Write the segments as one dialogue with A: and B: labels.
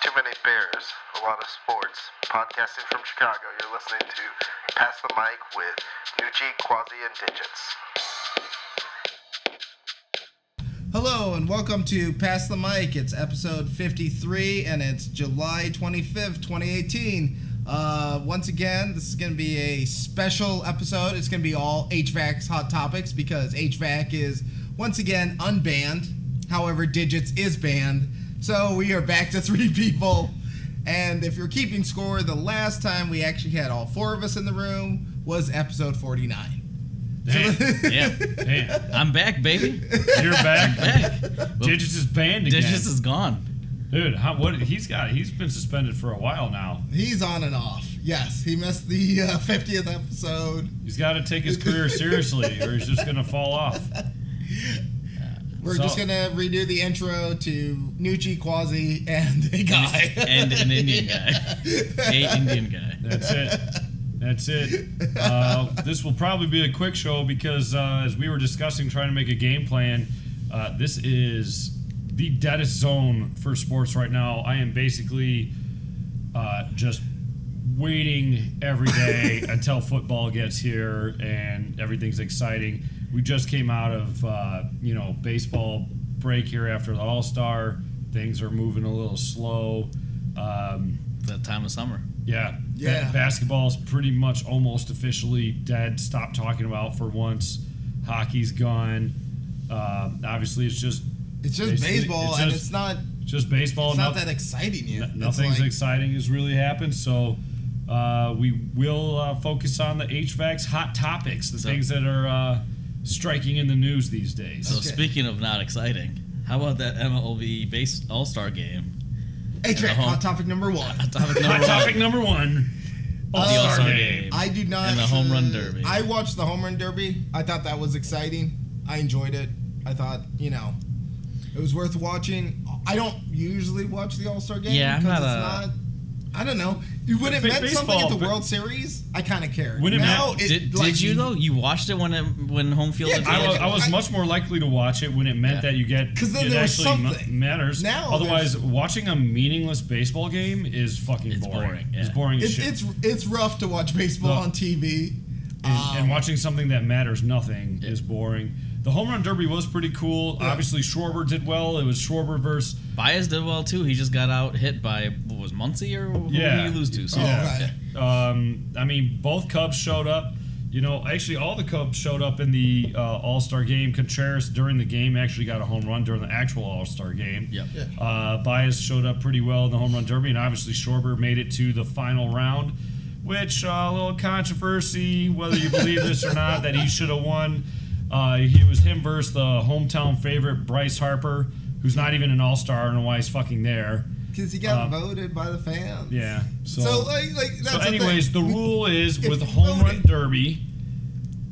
A: Too many bears, a lot of sports. Podcasting from Chicago, you're listening to Pass the Mic with Nucci, Quasi, and Digits.
B: Hello and welcome to Pass the Mic. It's episode 53 and it's July 25th, 2018. Uh, once again, this is going to be a special episode. It's going to be all HVAC's hot topics because HVAC is once again unbanned. However, Digits is banned. So we are back to three people. And if you're keeping score, the last time we actually had all four of us in the room was episode 49.
C: Damn,
D: Yeah,
C: damn.
D: I'm back, baby.
C: You're back.
D: Back.
C: Digits is banned again.
D: Digits is gone.
C: Dude, how, what he's got? He's been suspended for a while now.
B: He's on and off. Yes, he missed the uh, 50th episode.
C: He's got to take his career seriously, or he's just gonna fall off.
B: We're
C: So-
B: just gonna redo the intro to Nucci, Quasi, and a guy.
D: And an Indian guy. A Indian guy.
C: That's it. That's it. Uh, this will probably be a quick show because, uh, as we were discussing, trying to make a game plan. Uh, this is the deadest zone for sports right now. I am basically uh, just waiting every day until football gets here and everything's exciting. We just came out of uh, you know baseball break here after the All Star. Things are moving a little slow. Um,
D: The time of summer.
C: yeah.
B: Yeah.
C: Ba- basketball's pretty much almost officially dead. Stop talking about for once. Hockey's gone. Um obviously, it's just
B: It's just
C: basically-
B: baseball,
C: it's
B: and
C: just-
B: it's not.
C: just baseball.
B: It's not
C: Noth-
B: that exciting yet. It's
C: nothing's
B: like-
C: exciting has really happened. So uh, we will uh, focus on the HVAC's hot topics, the
D: So-
C: things that are uh, striking in the news these days.
D: So
B: Okay.
D: speaking of not exciting, how about that MLB base All Star game?
B: Hey, Trent,
D: home-
B: hot topic number one.
D: Topic number
C: hot
D: one.
C: topic number one. All
D: the All
C: Star
D: Star
C: game.
D: game.
B: I do not.
D: And the home run
B: uh,
D: derby.
B: I watched the home run derby. I thought that was exciting. I enjoyed it. I thought you know, it was worth watching. I don't usually watch the All Star game.
D: Yeah, I'm
B: 'cause
D: not a-
B: it's not. I don't know. You When it
C: Ba-
B: meant something at
C: baseball,
B: the
C: but-
B: World Series, I kind of cared.
C: When it
B: now,
C: meant-
B: it,
D: Did,
B: like,
D: did you though? You watched it when it, when home field
B: Yeah,
C: I was,
D: advantage.
C: I was
B: I-
C: much more likely to watch it when it meant
D: Yeah.
C: that you get
B: 'Cause then
C: it
B: there was
C: actually ma-
B: something.
C: matters.
B: Now
C: otherwise, watching a meaningless baseball game is fucking
D: It's
C: boring.
D: boring,
C: It's
D: yeah.
C: boring as
B: It's
C: shit.
B: it's it's rough to watch baseball
C: No.
B: on TV.
C: and, and
B: Um,
C: watching something that matters nothing is boring. The home run derby was pretty cool.
B: Yeah.
C: Obviously, Schwarber did well. It was Schwarber versus
D: Baez did well too. He just got out hit by what was Muncy or who
C: Yeah.
D: did he lose to? So
C: Yeah.
B: right.
C: Um, I mean, both Cubs showed up. You know, actually, all the Cubs showed up in the uh, All Star game. Contreras during the game actually got a home run during the actual All Star game.
D: Yep. Yeah.
C: Uh, Baez showed up pretty well in the home run derby, and obviously Schwarber made it to the final round, which uh, a little controversy whether you believe this or not that he should have won. Uh, it was him versus the hometown favorite Bryce Harper, who's not even an All Star. I don't know why he's fucking there.
B: Because he got voted by the fans.
C: Um, Yeah. So,
B: So, like like that's
C: so
B: the
C: anyways, the,
B: thing.
C: rule is
B: if
C: with
B: you
C: home
B: vote
C: run
B: it-
C: derby,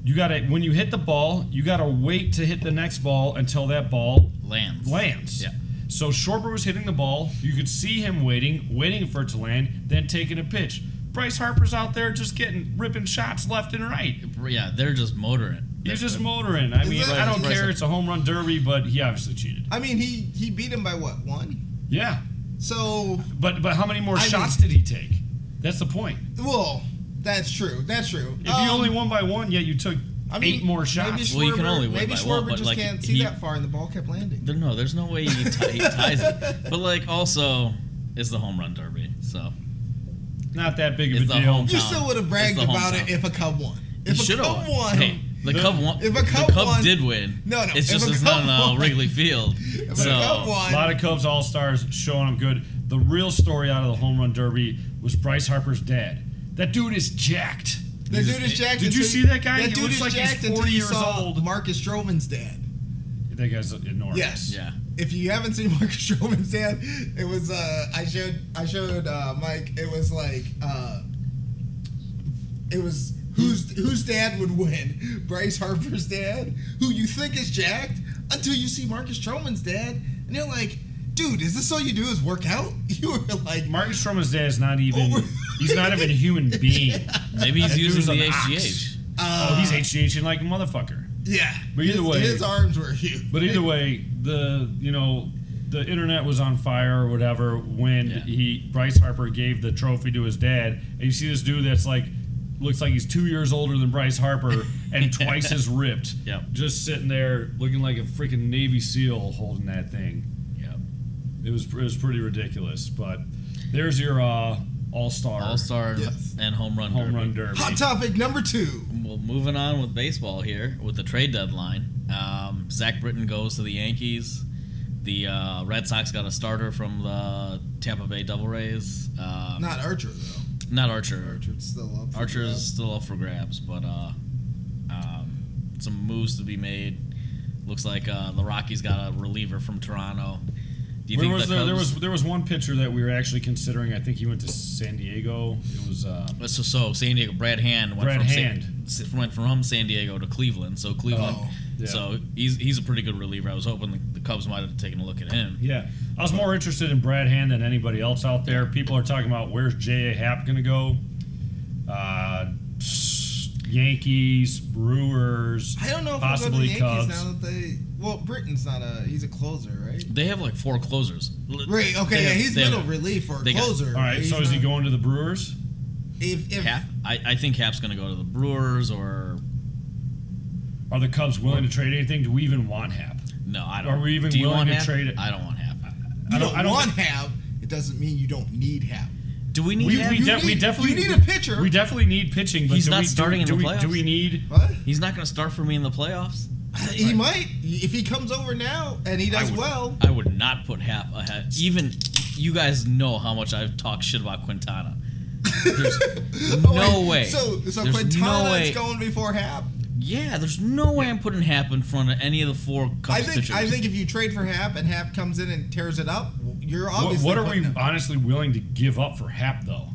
C: you gotta when you hit the ball, you gotta wait to hit the next ball until that ball
D: Lands.
C: lands.
D: Yeah.
C: So Schwarber was hitting the ball. You could see him waiting, waiting for it to land, then taking a pitch. Bryce Harper's out there just getting ripping shots left and right.
D: Yeah, they're just motoring.
C: He's just motoring. I mean,
B: it-
C: I don't
D: Bryce-
C: care. It's a home run derby, but he obviously cheated.
B: I mean, he he beat him by what one?
C: Yeah,
B: So
C: but but how many more
B: I mean-
C: shots did he take? That's the point.
B: well, that's true. That's true.
C: If you only won by one, yet you took
B: um, I mean,
C: eight more shots.
B: Maybe Schwarber,
D: Well, you can only win
B: maybe
D: by
B: Schwarber
D: one, but,
B: just
D: like,
B: can't see
D: he-
B: that far, and the ball kept landing.
D: There- No, there's no way he, ti- he ties it. But like, also, it's the home run derby, so
C: not that big of
D: It's
C: a
D: the
C: deal.
D: home-
B: You
D: Hometown.
B: still would have bragged
D: It's the
B: about it
D: hometown.
B: if a Cub won.
D: He
B: If a
D: should've
B: Cub
D: won.
B: won,
D: Hey, the
C: No.
D: Cub won.
B: If a Cub
D: the Cub
B: won-
D: did win.
B: No, no,
D: It's
B: if
D: just
B: a
D: it's
B: Cub
D: not on
B: won-
D: uh, Wrigley Field.
B: if
D: so
B: a Cub won,
C: A lot of Cubs All Stars showing them good. The real story out of the home run derby was Bryce Harper's dad. That dude is jacked.
B: the dude is jacked.
C: Did you
B: until-
C: see that guy?
B: That
C: He
B: dude
C: looks
B: is
C: like he's
B: jacked until
C: 40
B: you
C: years
B: saw
C: old.
B: Marcus Stroman's dad.
C: That guy's enormous.
B: Yes.
D: Yeah.
B: If you haven't seen Marcus Stroman's dad, it was uh, I showed I showed uh, Mike. It was like uh, it was whose whose dad would win? Bryce Harper's dad, who you think is jacked, until you see Marcus Stroman's dad, and you're like, dude, is this all you do is work out? You were like,
C: Marcus Stroman's dad is not even.
B: Oh.
C: he's not even a human being.
D: Maybe he's
C: That dude was
D: using the
C: an ox.
D: HGH.
C: oh, he's HGHing like a motherfucker.
B: yeah.
C: But
B: his,
C: either way-
B: his arms were huge.
C: But either way, the you know the internet was on fire or whatever when
D: Yeah.
C: he Bryce Harper gave the trophy to his dad, and you see this dude that's like looks like he's two years older than Bryce Harper and twice as ripped.
D: Yep.
C: Just sitting there looking like a freaking Navy SEAL holding that thing.
D: Yeah.
C: It was it was pretty ridiculous. But there's your uh, all star
D: All Star
B: Yes.
D: and home run.
C: home
D: derby.
C: run derby.
B: Hot topic number two.
D: Well, moving on with baseball here with the trade deadline. Um, Zach Britton goes to the Yankees. The uh, Red Sox got a starter from the Tampa Bay Devil Rays. Uh, not,
B: Not Archer though.
D: Archer.
B: Archer's still up. for
D: Archer's
B: grabs.
D: still up for grabs, but uh, um, some moves to be made. Looks like uh, the Rockies got a reliever from Toronto. Do you
C: Where
D: think
C: was
D: the
C: there,
D: Cubs,
C: there was there was one pitcher that we were actually considering. I think he went to San Diego. It was uh,
D: so so San Diego Brad Hand went
C: Brad
D: from
C: Hand.
D: San, s- went from San Diego to Cleveland. So Cleveland,
B: Oh,
C: yeah.
D: so he's he's a pretty good reliever. I was hoping the, the Cubs might have taken a look at him.
C: yeah. I was more interested in Brad Hand than anybody else out there. People are talking about where's J.A. Happ going to go. Uh, Yankees, Brewers,
B: I don't know if
C: possibly
B: we'll go to the Yankees
C: Cubs.
B: now that they. Well, Britton's not a. He's a closer, right?
D: They have like four closers. L-
B: Right. Okay.
D: they
B: Yeah,
D: have-
B: he's
D: they have-
B: middle relief or
D: they got-
B: closer.
C: All right,
B: He's
C: so is he
B: not-
C: going to the Brewers?
B: If if
D: Hap, I, I think Hap's going to go to the Brewers or
C: Are the Cubs willing to trade anything? Do we even want Happ?
D: no, I don't.
C: Are we even
D: Do you
C: willing
D: want
C: to
D: Hap?
C: trade it?
D: I don't want Hap.
B: you
C: I
B: don't,
C: don't- I don't
B: want
C: think-
B: Hap, it doesn't mean you don't need Hap.
D: Do we need
C: We,
D: Hap?
C: we,
B: You
C: de- we
B: need-
C: definitely
B: you need a pitcher.
C: We definitely need pitching. But
D: He's
C: do
D: not
C: we, do-
D: starting in
C: do
D: the
C: we-
D: playoffs.
C: Do we need?
B: What?
D: He's not going to start for me in the playoffs.
B: He might if he comes over now and he
C: I
B: does
C: would-
B: well.
D: I would not put Hap ahead. Even you guys know how much I've talked shit about Quintana. There's
B: Oh,
D: no
B: wait,
D: way.
B: So so
D: There's
B: Quintana
D: no way.
B: is going before Hap.
D: Yeah, there's no way I'm putting Hap in front of any of the four Cubs
B: I think
D: pitchers.
B: I think if you trade for Hap and Hap comes in and tears it up, you're
C: What,
B: obviously.
C: what are
B: putting
C: we
B: him-
C: honestly willing to give up for Hap though?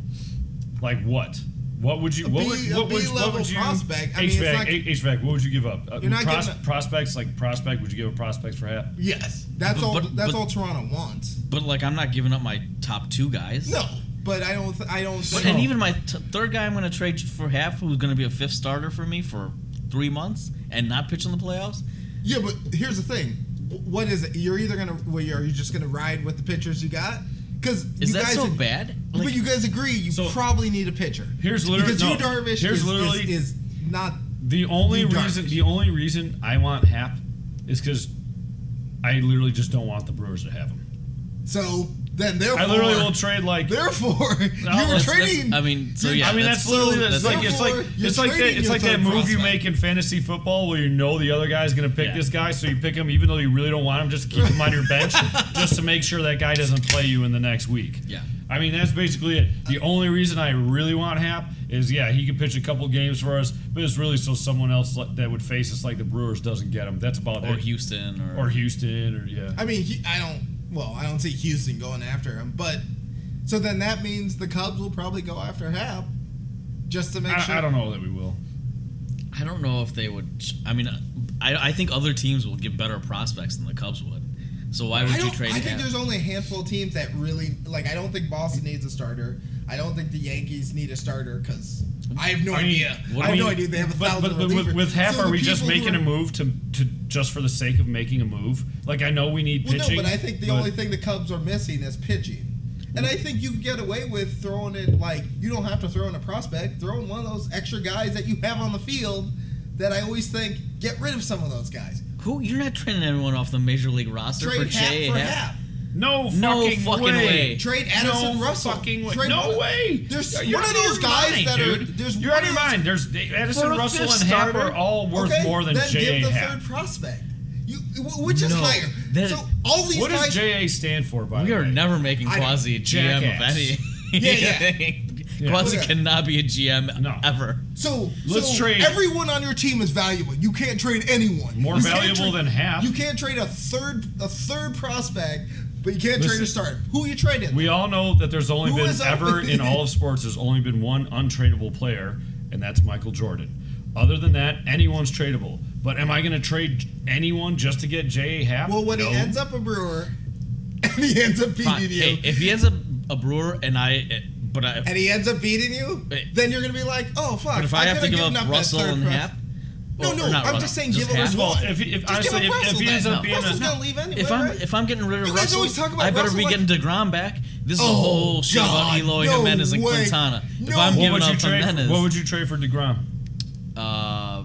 C: Like what? What would you?
B: A
C: What
B: B-
C: would?
B: a
C: What would, what
B: B-level
C: would you?
B: prospect. I mean, it's
C: HVAC,
B: not-
C: HVAC. What would you give up? Uh,
B: You're not giving up-
C: prospects like prospect. Would you give up prospects for Hap?
B: Yes, that's
D: But-
B: all.
D: but-
B: that's
D: but-
B: all Toronto wants.
D: but like, I'm not giving up my top two guys.
B: No, but I don't. Th- I don't.
D: But,
B: Think,
D: and even my t- third guy, I'm going to trade for half, who's going to be a fifth starter for me for three months and not pitch in the playoffs.
B: yeah, but here's the thing. Wh- What is it? You're either gonna. Well, you're, are you just gonna ride with the pitchers you got? Because
D: Is
B: you
D: that
B: guys
D: so bad?
B: but
D: Like,
B: you guys agree. You
C: So-
B: probably need a pitcher.
C: Here's literally-
B: because
C: no,
B: Yu Darvish
C: here's
B: is,
C: literally-
B: is, is not.
C: The only
B: You darn
C: reason.
B: it.
C: The only reason I want Hap is because I literally just don't want the Brewers to have him.
B: So then, therefore,
C: I literally will trade like.
B: therefore, you were
D: that's- that's-
B: trading.
D: I mean, so
B: you-
D: yeah.
C: I mean that's, literally that's
D: that's
C: like it's
B: Therefore,
C: like
B: you're
C: it's like that
B: trading
C: it's
B: your
C: like that
B: third
C: move you
B: prospect.
C: make in fantasy football where you know the other guy's gonna pick
D: Yeah.
C: this guy, so you pick him even though you really don't want him, just to keep him on your bench just to make sure that guy doesn't play you in the next week.
D: Yeah.
C: I mean that's basically it. The only reason I really want Hap is yeah he could pitch a couple games for us, but it's really so someone else like- that would face us like the Brewers doesn't get him. That's about
D: or
C: it.
D: Houston or,
C: or Houston or yeah.
B: I mean, he, I don't. Well, I don't see Houston going after him, but so then that means the Cubs will probably go after Hap just to make
C: I,
B: sure.
C: I don't know that we will.
D: I don't know if they would. I mean, I, I think other teams will get better prospects than the Cubs would. So why would
B: I,
D: you
B: don't,
D: trade
B: I think
D: Hap?
B: there's only a handful of teams that really like. I don't think Boston needs a starter. I don't think the Yankees need a starter because I have no
C: I mean,
B: idea.
C: what
B: I have
C: do
B: no
C: we-
B: idea. They have a
C: but,
B: thousand
C: but, but with,
B: relievers.
C: with Hap,
B: So
C: are
B: the
C: we just
B: people who
C: making
B: are-
C: a move to, to just for the sake of making a move? Like I know we need
B: Well,
C: pitching.
B: no, but I think the only thing the Cubs are missing is pitching. And I think you can get away with throwing it like you don't have to throw in a prospect, throw in one of those extra guys that you have on the field that I always think get rid of some of those guys.
D: Who you're not trading anyone off the major league roster
B: Trade
D: for
B: Hap
D: Jay
B: for
D: Happ.
B: Hap.
C: no fucking,
D: No fucking way.
B: Trade Addison
C: no
B: Russell.
C: Fucking way.
B: Trade
C: no
B: one-
C: way.
B: There's
C: You're- you're
B: one of
C: out
B: those
C: your
B: guys
C: mind,
B: that are-
C: dude.
B: there's
C: you're
B: one
C: out of your
B: of those-
C: mind. There's
D: For
C: Addison
D: a
C: Russell
D: fifth
C: and Hap
D: starter?
C: are all worth
B: Okay,
C: more than
B: then
C: J.A.
B: give the
C: Happ.
B: third prospect. You, wh- which is
D: No,
B: higher?
D: that-
B: so all these
C: What
B: guys.
C: does J.A. stand for? By
D: We
C: the
D: are
C: way,
D: never making
B: I-
D: Quasi a GM
C: Jackass.
D: of any.
B: Yeah, yeah.
C: Yeah.
D: Quasi
B: Okay.
D: cannot be a GM
C: No.
D: ever.
B: so
C: Let's
B: so
C: trade-
B: Everyone on your team is valuable. You can't trade anyone.
C: more
B: You can't
C: valuable
B: trade-
C: than Hap.
B: You can't trade a third a third prospect, but you can't trade
C: Listen-
B: a starter. Who are you trading?
C: We all know that there's only
B: Who
C: been
B: is up-
C: ever in all of sports there's only been one untradeable player, and that's Michael Jordan. Other than that, anyone's tradeable. But am I going to trade anyone just to get J.A. Happ?
B: well, when he ends up a brewer, and he ends up beating
D: Fine.
B: you,
D: Hey, if he has a, a brewer and I, eh, but I,
B: and he ends up beating you,
D: Hey.
B: then you're gonna be like, oh fuck.
D: but if I, have
B: could've
D: to give
B: given
D: up
B: that
D: Russell
B: third
D: and
B: pros-
D: Hap,
B: No,
D: Or-
B: no,
D: or not
B: I'm
D: run-
B: just saying give
D: half.
B: us
C: First of all, if, he- if,
B: Just give
C: honestly,
B: him
C: if, if
B: Russell
C: he ends
B: then.
C: up being
B: Russell's
C: a,
B: gonna leave anyway.
D: If I'm
B: right?
D: if I'm getting rid of
B: You guys
D: Russell,
B: always talk about
D: I better
B: Russell
D: be
B: like-
D: getting Degrom back. This is
B: Oh,
D: the whole shit about
B: God,
D: Eloy
B: no
D: Jimenez and
B: way.
D: Quintana. if
B: No. What
C: what
D: I'm giving
C: would you
D: up
C: trade?
D: Jimenez,
C: What would you trade for Degrom?
D: uh,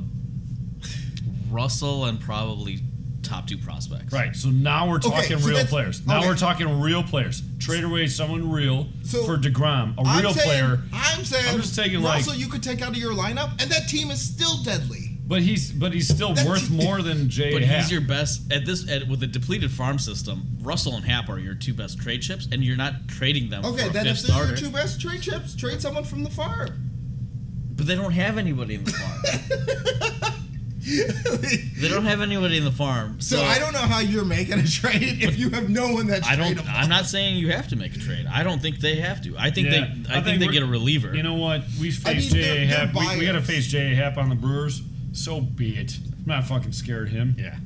D: Russell and probably top two prospects.
C: Right. So now we're talking
B: so
C: real
B: that's-
C: players. Now
B: okay.
C: we're talking real players. Trade away someone real
B: So,
C: for Degrom, a
B: I'm
C: real
B: saying,
C: player.
B: I'm saying
C: I'm just taking, like-
B: Russell you could take out of your lineup, and that team is still deadly.
C: But he's but he's still
B: That's-
C: worth more than Jay.
D: But
C: Happ.
D: he's your best at this at, with the depleted farm system. Russell and Hap are your two best trade chips, and you're not trading them
B: Okay,
D: for a
B: then
D: fifth
B: if they're
D: starter.
B: your two best trade chips, trade someone from the farm.
D: But they don't have anybody in the farm. they don't have anybody in the farm.
B: so I don't know how you're making a trade if you have no one that's
D: I don't.
B: tradable.
D: I'm not saying you have to make a trade. I don't think they have to. I think
C: Yeah,
D: they. I, think, they
C: we're-
D: get a reliever.
C: You know what? We face
B: mean,
C: J.A.
B: they're-
C: Happ.
B: they're
C: We, we got to
B: biased.
C: face J.A. Happ on the Brewers. So be it. I'm not fucking scared of him.
D: yeah.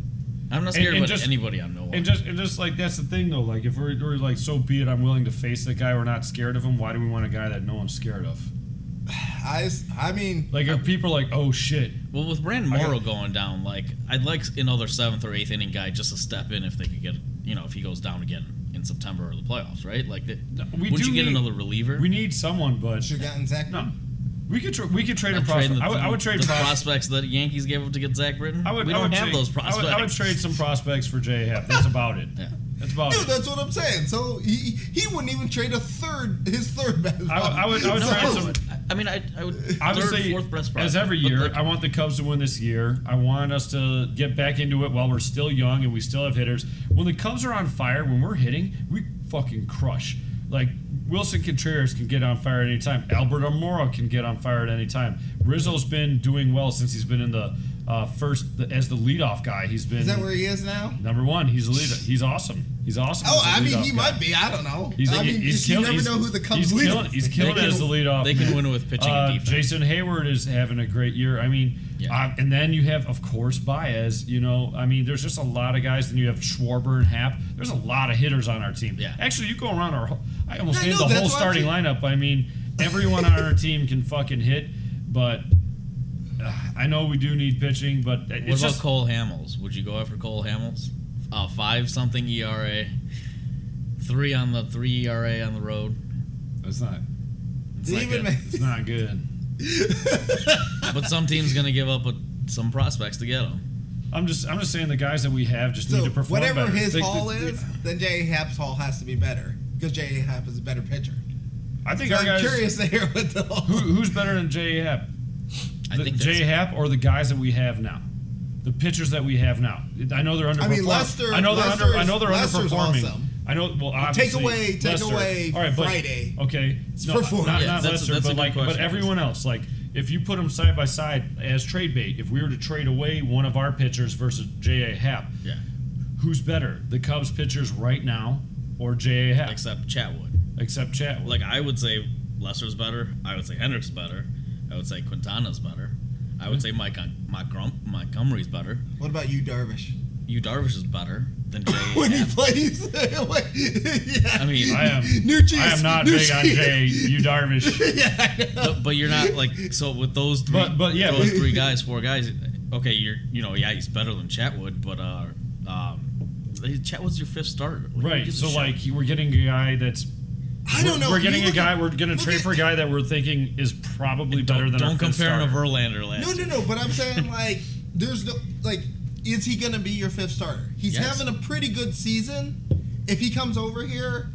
D: I'm not
C: And-
D: scared
C: and
D: about
C: just-
D: anybody on no one.
C: And just and just like that's the thing though. Like if we're, we're like so be it. I'm willing to face that guy. We're not scared of him. Why do we want a guy that no one's scared of?
B: I, I mean,
C: Like if people are like, oh shit,
D: well, with Brandon
C: I got-
D: Morrow going down, like I'd like another seventh or eighth inning guy just to step in if they could get. You know, if he goes down again in September or the playoffs, right? Like, the,
C: we
D: would
C: do
D: you get
C: need-
D: another reliever?
C: we need someone. But
B: should have gotten Zach.
C: no, we could tra- we could trade a
D: I'm
C: prospect.
D: trading the-
C: I would- I would trade
D: the
C: prospect.
D: prospects that Yankees gave up to get Zach Britton.
C: I would,
D: we
C: I
D: don't
C: would
D: have
C: trade,
D: those
C: I would-
D: prospects.
C: I would, trade some prospects for J. Happ. That's about it.
D: Yeah.
C: That's about
B: Dude,
C: it.
B: that's what I'm saying. So he, he wouldn't even trade a third, his third best.
C: I would- I would- I would
D: No,
B: So-
D: I,
C: trade some-
D: would, I mean, I, I would third,
C: Obviously,
D: fourth best prospect.
C: as every
D: but,
C: year,
D: like,
C: I want the Cubs to win this year. I want us to get back into it while we're still young and we still have hitters. When the Cubs are on fire, when we're hitting, we fucking crush. Like Wilson Contreras can get on fire at any time. Albert Amora can get on fire at any time. Rizzo's been doing well since he's been in the uh, first the, as the leadoff guy. He's been
B: Is that where he is now?
C: number one. He's a leader. He's awesome. He's awesome.
B: Oh,
C: as a
B: I mean,
C: leadoff
B: he
C: guy.
B: might be. I don't know.
C: He's,
B: I mean,
C: he's
B: you
C: killing-
B: never
C: he's-
B: know who the Cubs
C: he's
B: leader
C: killing- He's
B: is.
C: killing
D: They
C: it
D: can-
C: as the leadoff.
D: they can
C: man.
D: win with pitching and
C: Uh,
D: defense.
C: Jason Hayward is having a great year. I mean,
D: Yeah.
C: uh, and then you have, of course, Baez. You know, I mean, there's just a lot of guys. Then you have Schwarber and Happ. There's a lot of hitters on our team.
D: Yeah.
C: Actually, you go around our. whole- I almost
B: I
C: named
B: know,
C: the
B: that's
C: whole
B: why I'm
C: starting
B: saying-
C: lineup. I mean, everyone on our team can fucking hit, but. uh, I know we do need pitching, but it's
D: What about
C: just
D: Cole Hamels? Would you go after Cole Hamels? Uh, five something ERA, three on the three ERA on the road.
C: it's not
D: It's
B: Did
D: not
B: he even
D: good.
B: make-
C: it's not good.
D: but some team's gonna give up a, some prospects to get him.
C: I'm just I'm just saying the guys that we have just
B: So
C: need to perform
B: whatever
C: better.
B: his
C: They- they-
B: haul is, then J.A. Happ's haul has to be better because J.A. Happ is a better pitcher.
C: I think
B: So
C: our
B: I'm
C: guys,
B: curious to hear what the
C: Who,
B: haul.
C: who's better than J. Happ?
D: I
C: The
D: think
C: J.
D: that's,
C: Happ or the guys that we have now? The pitchers that we have now. I know they're underperforming.
B: I mean, Lester-
C: I know they're under. I know they're
B: Lester's- Lester's
C: underperforming.
B: awesome.
C: I know. Well, obviously,
B: away- take
C: Lester.
B: away
C: All right, but,
B: Friday.
C: Okay,
B: It's
C: no,
B: performance.
C: not,
D: Yeah,
C: not
D: that's a-
C: Lester,
D: that's a
C: but
D: good
C: like, but
D: question.
C: everyone else. Like, if you put them side by side as trade bait, if we were to trade away one of our pitchers versus J. A. Happ,
D: yeah,
C: who's better, the Cubs pitchers right now or J. A. Happ?
D: except Chatwood.
C: Except Chatwood.
D: Like I would say Lester's better. I would say Hendricks better. I would say Quintana's better. I
B: Hmm.
D: would say Mike Montgrom- Montgomery's better.
B: What about you, Darvish?
D: You Darvish is better than Jay.
B: When he
D: Happ.
B: plays, yeah.
D: I mean,
C: I am.
B: Nucci
C: I
B: is-
C: am not big on
B: Nucci-
C: Jay. You Darvish.
B: yeah, I know.
D: but, but you're not like so with those three,
C: But- but, yeah,
D: those
C: but-
D: three guys, four guys. Okay, you're you know yeah he's better than Chatwood, but uh, um, Chatwood's your fifth starter. Like, who
C: Right.
D: gives a
C: So
D: shit?
C: like we're getting a guy that's.
B: I don't know.
C: We're
B: You
C: getting a
B: look
C: guy.
B: at-
C: We're gonna
B: look
C: trade
B: at-
C: for a guy that we're thinking is probably better than.
D: don't
C: our fifth
D: compare him to
C: starter.
D: Verlander last
B: No, no,
D: year.
B: no. But I'm saying like, there's no like, is he gonna be your fifth starter? He's
D: Yes.
B: having a pretty good season. If he comes over here,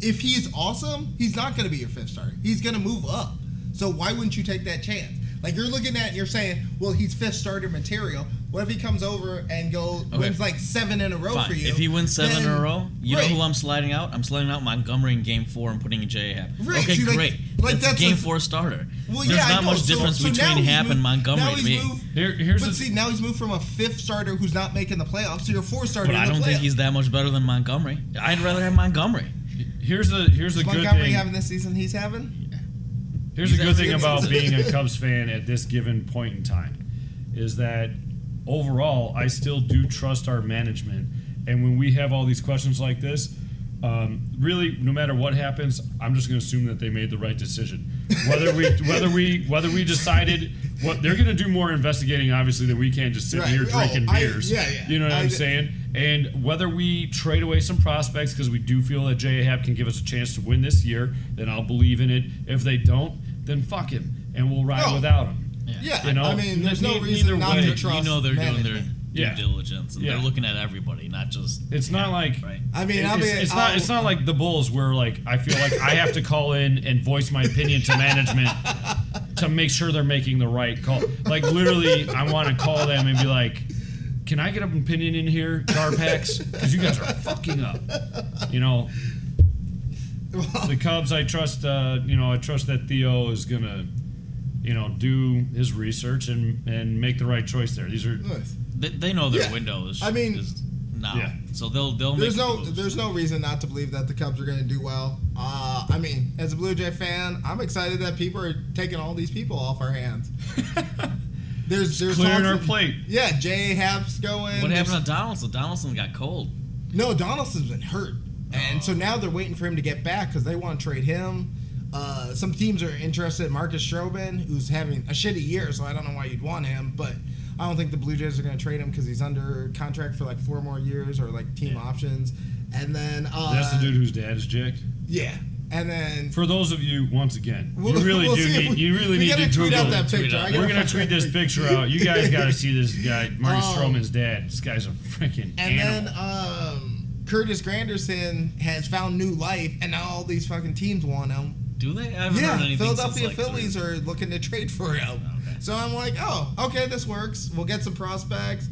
B: if he's awesome, he's not gonna be your fifth starter. He's gonna move up. So why wouldn't you take that chance? Like you're looking at, it and you're saying, well, he's fifth starter material. What if he comes over and go
D: Okay.
B: wins like seven in a row
D: Fine.
B: for you?
D: If he wins seven in
B: then-
D: a row, you
B: Right.
D: know who I'm sliding out? I'm sliding out Montgomery in game four and putting in J. Happ.
B: Right,
D: Okay,
B: see, like-
D: great.
B: like,
D: that's,
B: that's
D: a game
B: a-
D: four starter.
B: Well,
D: There's
B: yeah, I
D: not
B: know.
D: much
B: So-
D: difference
B: so now
D: between
B: he's
D: Happ and
B: moved-
D: Montgomery
B: now
D: to
B: he's
D: me.
B: moved-
C: Here- here's
B: but
C: the-
B: see, now he's moved from a fifth starter who's not making the playoffs to your fourth starter.
D: But
B: in
D: I
B: the
D: don't think
B: playoffs.
D: he's that much better than Montgomery. I'd rather have Montgomery.
C: Here's the here's the
B: Is
C: good
B: Montgomery
C: thing.
B: having this season he's having?
C: Here's the
D: He's
C: good
D: actually
C: thing
D: good
C: about
D: season.
C: being a Cubs fan at this given point in time is that overall, I still do trust our management. And when we have all these questions like this, um, really, no matter what happens, I'm just going to assume that they made the right decision. Whether we whether we whether we decided what they're going to do more investigating, obviously, than we can just sitting
B: Right.
C: here
B: Oh,
C: drinking
B: I-
C: beers.
B: yeah, yeah.
C: You know what I,
B: I-
C: am saying? And whether we trade away some prospects because we do feel that J. Hab can give us a chance to win this year, then I'll believe in it. If they don't, then fuck him, and we'll ride
B: No.
C: without him.
B: Yeah,
C: You know,
B: I mean, there's no
C: neither
B: reason not
C: way,
B: to
C: you
B: trust.
D: you know they're doing their
B: management.
D: due
C: Yeah.
D: diligence and
C: Yeah.
D: they're looking at everybody, not just
C: It's not like
D: right.
E: I mean,
C: it's,
E: I mean,
C: it's not. It's
B: oh,
C: not like the Bulls, where like I feel like I have to call in and voice my opinion to management to make sure they're making the right call. Like literally, I want to call them and be like, "Can I get an opinion in here, Garpax? Because you guys are fucking up." You know, the Cubs. I trust. Uh, you know, I trust that Theo is gonna, you know, do his research and and make the right choice there. These are
B: Nice.
D: They, they know their
B: Yeah.
D: windows.
B: I mean-
D: is now,
C: Yeah.
D: so they'll they'll
B: There's
D: make
B: no,
D: the moves.
B: there's no reason not to believe that the Cubs are going to do well. Uh, I mean, as a Blue Jay fan, I'm excited that people are taking all these people off our hands. there's, there's
C: clearing
B: talks
C: our
B: of-
C: plate.
B: Yeah, Jay Hab's going.
D: What
B: There's-
D: happened to Donaldson? Donaldson got cold.
B: No, Donaldson's been hurt, and so now they're waiting for him to get back because they want to trade him. Uh, some teams are interested in Marcus Stroman, who's having a shitty year, so I don't know why you'd want him, but I don't think the Blue Jays are going to trade him because he's under contract for like four more years or like team options. And then uh,
C: That's the dude whose dad's Jack.
B: Yeah, and then
C: For those of you, once again,
B: We'll-
C: you really
B: we'll
C: do
B: see if
C: need.
B: we-
C: you really
B: we
C: need
B: gotta
C: to
B: tweet
C: Google.
B: out that
D: Tweet
B: picture.
D: out.
B: I
D: gotta
C: We're gonna tweet this picture out. You guys gotta see this guy, Marty
B: Oh.
C: Stroman's dad. This guy's a freaking
B: And
C: animal.
B: then um, Curtis Granderson has found new life, and now all these fucking teams want him.
D: Do they? I haven't
B: Yeah,
D: heard anything
B: Philadelphia
D: since, like,
B: Phillies
D: the-
B: are looking to trade for him.
D: Okay.
B: So I'm like, oh, okay, this works. We'll get some prospects.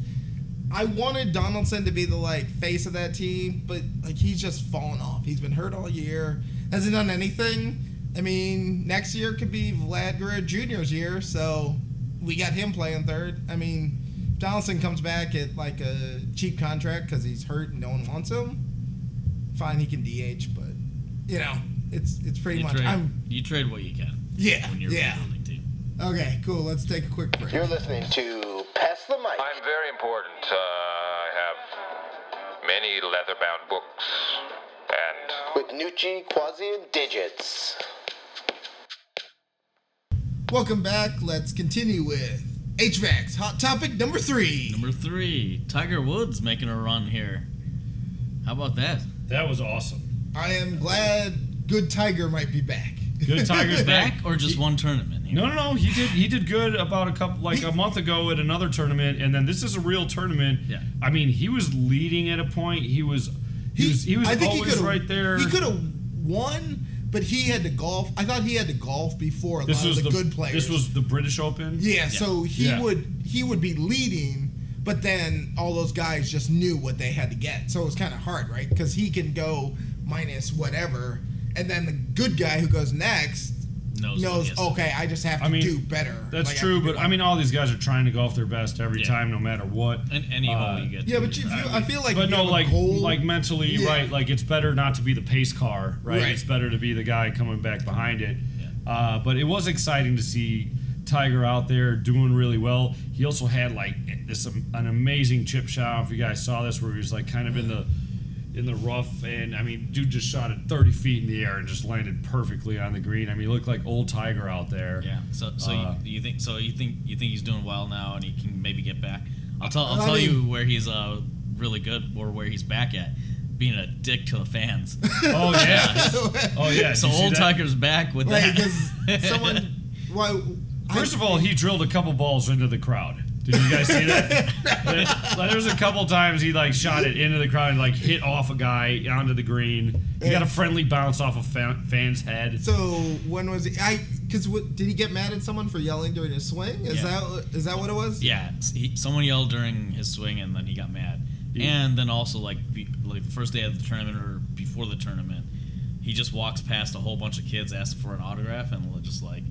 B: I wanted Donaldson to be the like face of that team, but like he's just fallen off. He's been hurt all year. Hasn't done anything. I mean, next year could be Vlad Guerrero Jr.'s year, so we got him playing third. I mean, if Donaldson comes back at like a cheap contract because he's hurt and no one wants him. Fine, he can DH, but you know, it's it's pretty
D: you
B: much.
D: trade,
B: I'm
D: you trade what you can.
B: Yeah,
D: When you're
B: yeah.
D: rebuilding team.
B: Okay, cool. Let's take a quick break.
A: You're listening to Pass the Mic.
F: I'm very important. Uh, I have many leather bound books and
A: with Nucci, Quasi, and Digits.
B: Welcome back. Let's continue with HVACs hot topic number three.
D: Number three, Tiger Woods making a run here. How about that?
C: that was awesome.
B: I am glad Good Tiger might be back.
C: Good Tiger's
D: Back
C: back.
D: or just one tournament? Here?
C: No, no, no. He did. He did good about a couple, like a month ago at another tournament, and then this is a real tournament.
D: Yeah.
C: I mean, he was leading at a point. He was. He, was. He was always
B: could've-
C: right there.
B: He could have won, but he had to golf. I thought he had to golf before a
C: This
B: lot
C: was
B: of the, good players.
C: This was the British Open.
B: yeah, So he
C: Yeah.
B: would he would be leading, but then all those guys just knew what they had to get. So it was kind of hard, right? Because he can go minus whatever, and then the good guy who goes next
D: Knows what he
B: knows,
D: has to
B: okay, I just have to
C: I mean,
B: do better.
C: That's
B: Like, I
C: true,
B: have to
C: but
B: do
C: I mean, all these guys are trying to golf their best every
D: Yeah.
C: time, no matter what.
D: And any
C: Uh,
D: hole you get.
B: Yeah,
D: to,
B: but you,
D: you're
B: if you,
D: not-
B: I feel like
C: but
B: if you
C: no,
B: have a
C: like
B: goal-
C: like mentally,
B: Yeah.
C: right? Like it's better not to be the pace car, right?
B: Right.
C: It's better to be the guy coming back behind it.
D: Yeah.
C: Uh, but it was exciting to see Tiger out there doing really well. He also had like this um, an amazing chip shot. If you guys saw this, where he was like kind of in the in the rough, and I mean, dude just shot it 30 feet in the air and just landed perfectly on the green. I mean, he looked like old Tiger out there.
D: Yeah. So so
C: Uh,
D: you, you think so you think you think he's doing well now and he can maybe get back. I'll tell I'll
B: I
D: tell you
B: mean-
D: where he's uh really good or where he's back at. Being a dick to the fans.
C: Oh yeah. oh yeah.
D: so
C: Did you see
D: old
C: that?
D: Tiger's back with
B: Like,
D: that.
B: because someone. Why? I-
C: First of all, he drilled a couple balls into the crowd. Did you guys see that? There- like, there was a couple times he like shot it into the crowd and like hit off a guy onto the green. He got a friendly bounce off a fa- fan's head.
B: So when was he? I because what did he get mad at someone for yelling during his swing? Is
D: Yeah.
B: that is that what it was?
D: yeah, s- he, someone yelled during his swing and then he got mad. And then also like be, like the first day of the tournament or before the tournament, he just walks past a whole bunch of kids asking for an autograph and li- just like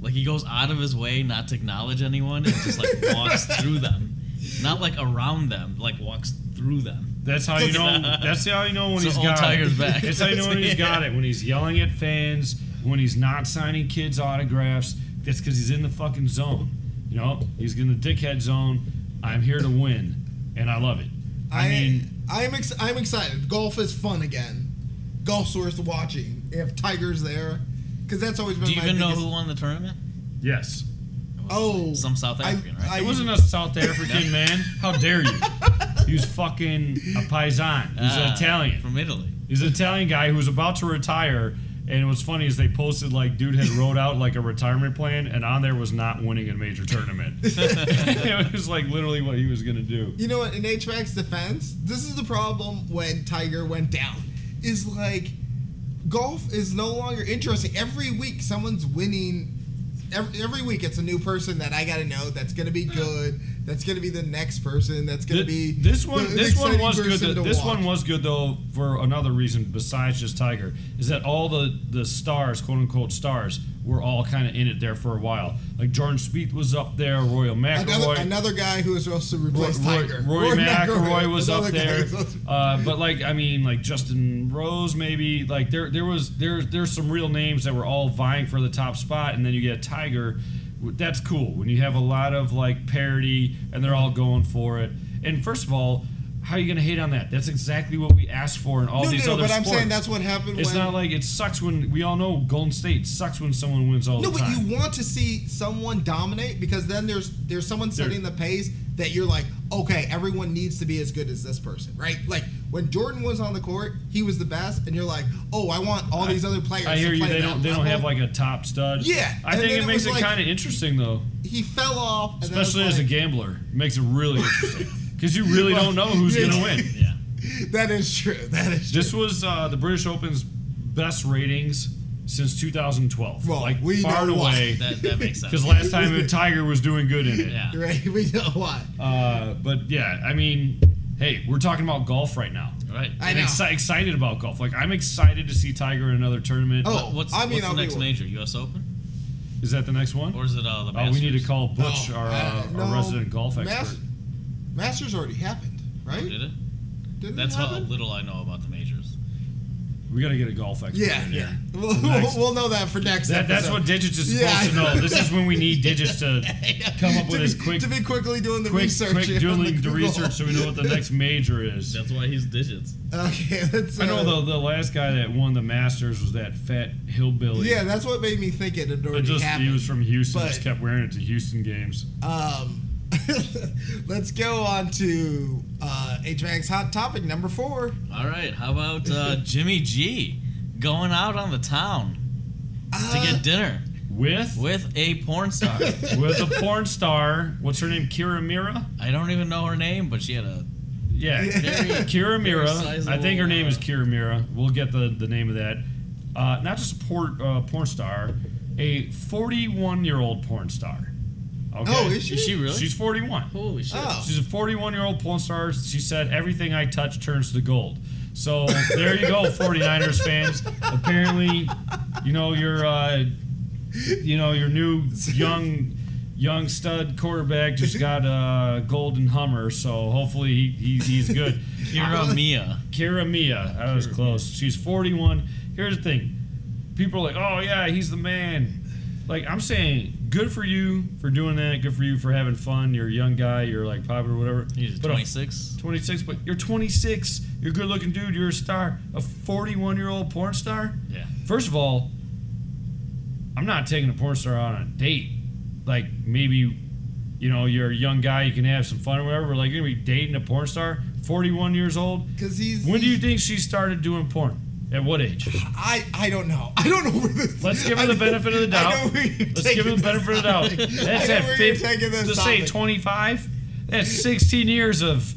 D: like he goes out of his way not to acknowledge anyone and just like walks through them. Not like around them, like walks through them.
C: That's how you know. That's how you know when
D: So
C: he's
D: old
C: got
D: Tiger's
C: it.
D: back.
C: That's how you know when he's got it. When he's yelling at fans. When he's not signing kids autographs. That's because he's in the fucking zone. You know, he's in the dickhead zone. I'm here to win, and I love it. I,
B: I
C: mean,
B: I'm ex- I'm excited. Golf is fun again. Golf's worth watching if Tiger's there, because that's always been.
D: Do you
B: my
D: even know
B: biggest-
D: who won the tournament?
C: yes.
D: It was
B: Oh,
D: some South African, right?
B: I-
C: It wasn't a South African man. How dare you? He was fucking a paisan. He was an
D: Ah,
C: Italian.
D: from Italy.
C: He's an Italian guy who was about to retire. And what's funny is they posted like dude had wrote out like a retirement plan, and on there was not winning a major tournament. it was like literally what he was gonna do.
B: You know what? In HVAC's defense, this is the problem when Tiger went down. Is like golf is no longer interesting. Every week, someone's winning. Every, every week, it's a new person that I got to know. That's gonna be good. That's gonna be the next person. That's gonna
C: Th-
B: be
C: this
B: the-
C: one.
B: an
C: This one
B: exciting
C: was good.
B: person
C: th-
B: to
C: this
B: watch.
C: one was good though for another reason besides just Tiger is that all the the stars, quote unquote stars, were all kind of in it there for a while. Like Jordan Spieth was up there, Royal
B: Another,
C: McIlroy.
B: another guy who was supposed to
C: Roy,
B: replace
C: Roy,
B: Tiger.
C: Roy McIlroy was up
B: Another guy
C: there,
B: who's supposed-
C: uh, but like I mean, like Justin Rose, maybe like there there was there there's some real names that were all vying for the top spot, and then you get Tiger. That's cool when you have a lot of like parity and they're all going for it. And first of all, how are you gonna hate on that? That's exactly what we asked for in
B: No,
C: all
B: no,
C: these
B: no,
C: other
B: but I'm
C: sports.
B: saying that's what happened.
C: it's
B: when,
C: not like it sucks when we all know Golden State sucks when someone wins all
B: No, but
C: the time.
B: you want to see someone dominate because then there's there's someone setting the pace that you're like, okay, everyone needs to be as good as this person, right? Like when Jordan was on the court, he was the best, and you're like, oh, I want all these other players.
C: I hear
B: to
C: you.
B: play
C: They
B: that
C: don't. They don't
B: level.
C: have like a top stud.
B: Yeah,
C: I
B: and
C: think
B: then
C: it
B: it
C: makes
B: was
C: it
B: like-
C: kind of interesting though,
B: He fell off, and then it's
C: especially as a
B: like-
C: gambler. It makes it really interesting because you really don't know who's
B: yeah.
C: gonna win.
D: Yeah.
B: That is true. That is true.
C: This was uh, the British Open's best ratings since 2012.
B: Well,
C: like
B: we
C: far and
B: know why.
C: away.
D: That, that makes sense.
C: Because last time Tiger was doing good in it.
D: yeah.
B: right? We know why.
C: Uh, but yeah, I mean, hey, we're talking about golf right now.
D: Right.
B: I
C: and
B: know.
C: exci- excited about golf. Like I'm excited to see Tiger in another tournament.
B: Oh.
D: What- what's
B: I mean,
D: what's
B: I'll
D: the
B: be
D: next
B: one.
D: major? U.S. Open
C: Is that the next one?
D: or is it uh, the
C: Oh,
D: Masters?
C: we need to call Butch,
B: No,
C: our, uh,
B: uh,
C: our
B: no.
C: resident golf expert.
B: Mas- Masters already happened, right?
D: Did it?
B: Didn't
D: That's
B: it
D: how
B: happen?
D: little I know about the majors.
C: We gotta get a golf expert.
B: Yeah,
C: in
B: yeah.
C: here.
B: We'll,
C: Next.
B: we'll know that for next.
C: That, that's
B: episode.
C: what digits is supposed
B: Yeah, I
C: to know.
B: know.
C: This is when we need digits to come up
B: To
C: with
B: be-
C: his quick,
B: to be quickly doing the
C: quick,
B: research.
C: quick
B: on
C: doing the,
B: Google.
C: research so we know what the next major is.
D: That's why he's digits.
B: Okay, that's.
C: I know
B: uh,
C: the the last guy that won the Masters was that fat hillbilly.
B: Yeah, that's what made me think it had
C: That
B: already
C: just he
B: happened.
C: was from Houston. just
B: But-
C: kept wearing it to Houston games.
B: um, let's go on to uh, HVAC's hot topic number four.
D: All right. How about uh, Jimmy G going out on the town to
B: Uh,
D: get dinner
C: With with,
D: with a porn star?
C: a porn star. What's her name? Kira Mira.
D: I don't even know her name, but she had a
C: Yeah,
D: very
C: Kira Mira. I think her
D: sizable,
C: name
D: uh,
C: is Kira Mira. We'll get the, the name of that. Uh, not just a por- uh, porn star, a 41 year old porn star. Okay?
B: Oh, is she?
D: Is she really?
C: She's 41.
D: Holy shit.
B: Oh.
C: She's a 41 year old porn star. She said, Everything I touch turns to gold. So there you go, 49ers fans. Apparently, you know, your, uh, you know, your new young. Young stud quarterback just got a golden Hummer, so hopefully he, he, he's good.
D: Kira Mia.
C: Kira Mia. I was close. She's 41. Here's the thing. People are like, oh, yeah, he's the man. Like, I'm saying, good for you for doing that. Good for you for having fun. You're a young guy. You're, like, popular, whatever.
D: He's
C: But a-
D: 26.
C: 26, but you're 26. You're a good looking dude. You're a star. A 41 year old porn star?
D: Yeah.
C: First of all, I'm not taking a porn star on a date. Like maybe, you know, you're a young guy, you can have some fun or whatever. Like you're gonna be dating a porn star, 41 years old.
B: 'Cause he's-
C: When do you think she started doing porn? At what age?
B: I I don't know. I don't know where this.
C: Let's give her the benefit of the doubt.
B: I know where you're
C: Let's give her
B: taking
C: the benefit of the doubt.
B: this topic.
C: That's
B: I
C: at
B: know where you're
C: 50,
B: taking this
C: let's say
B: topic.
C: 25. That's 16 years of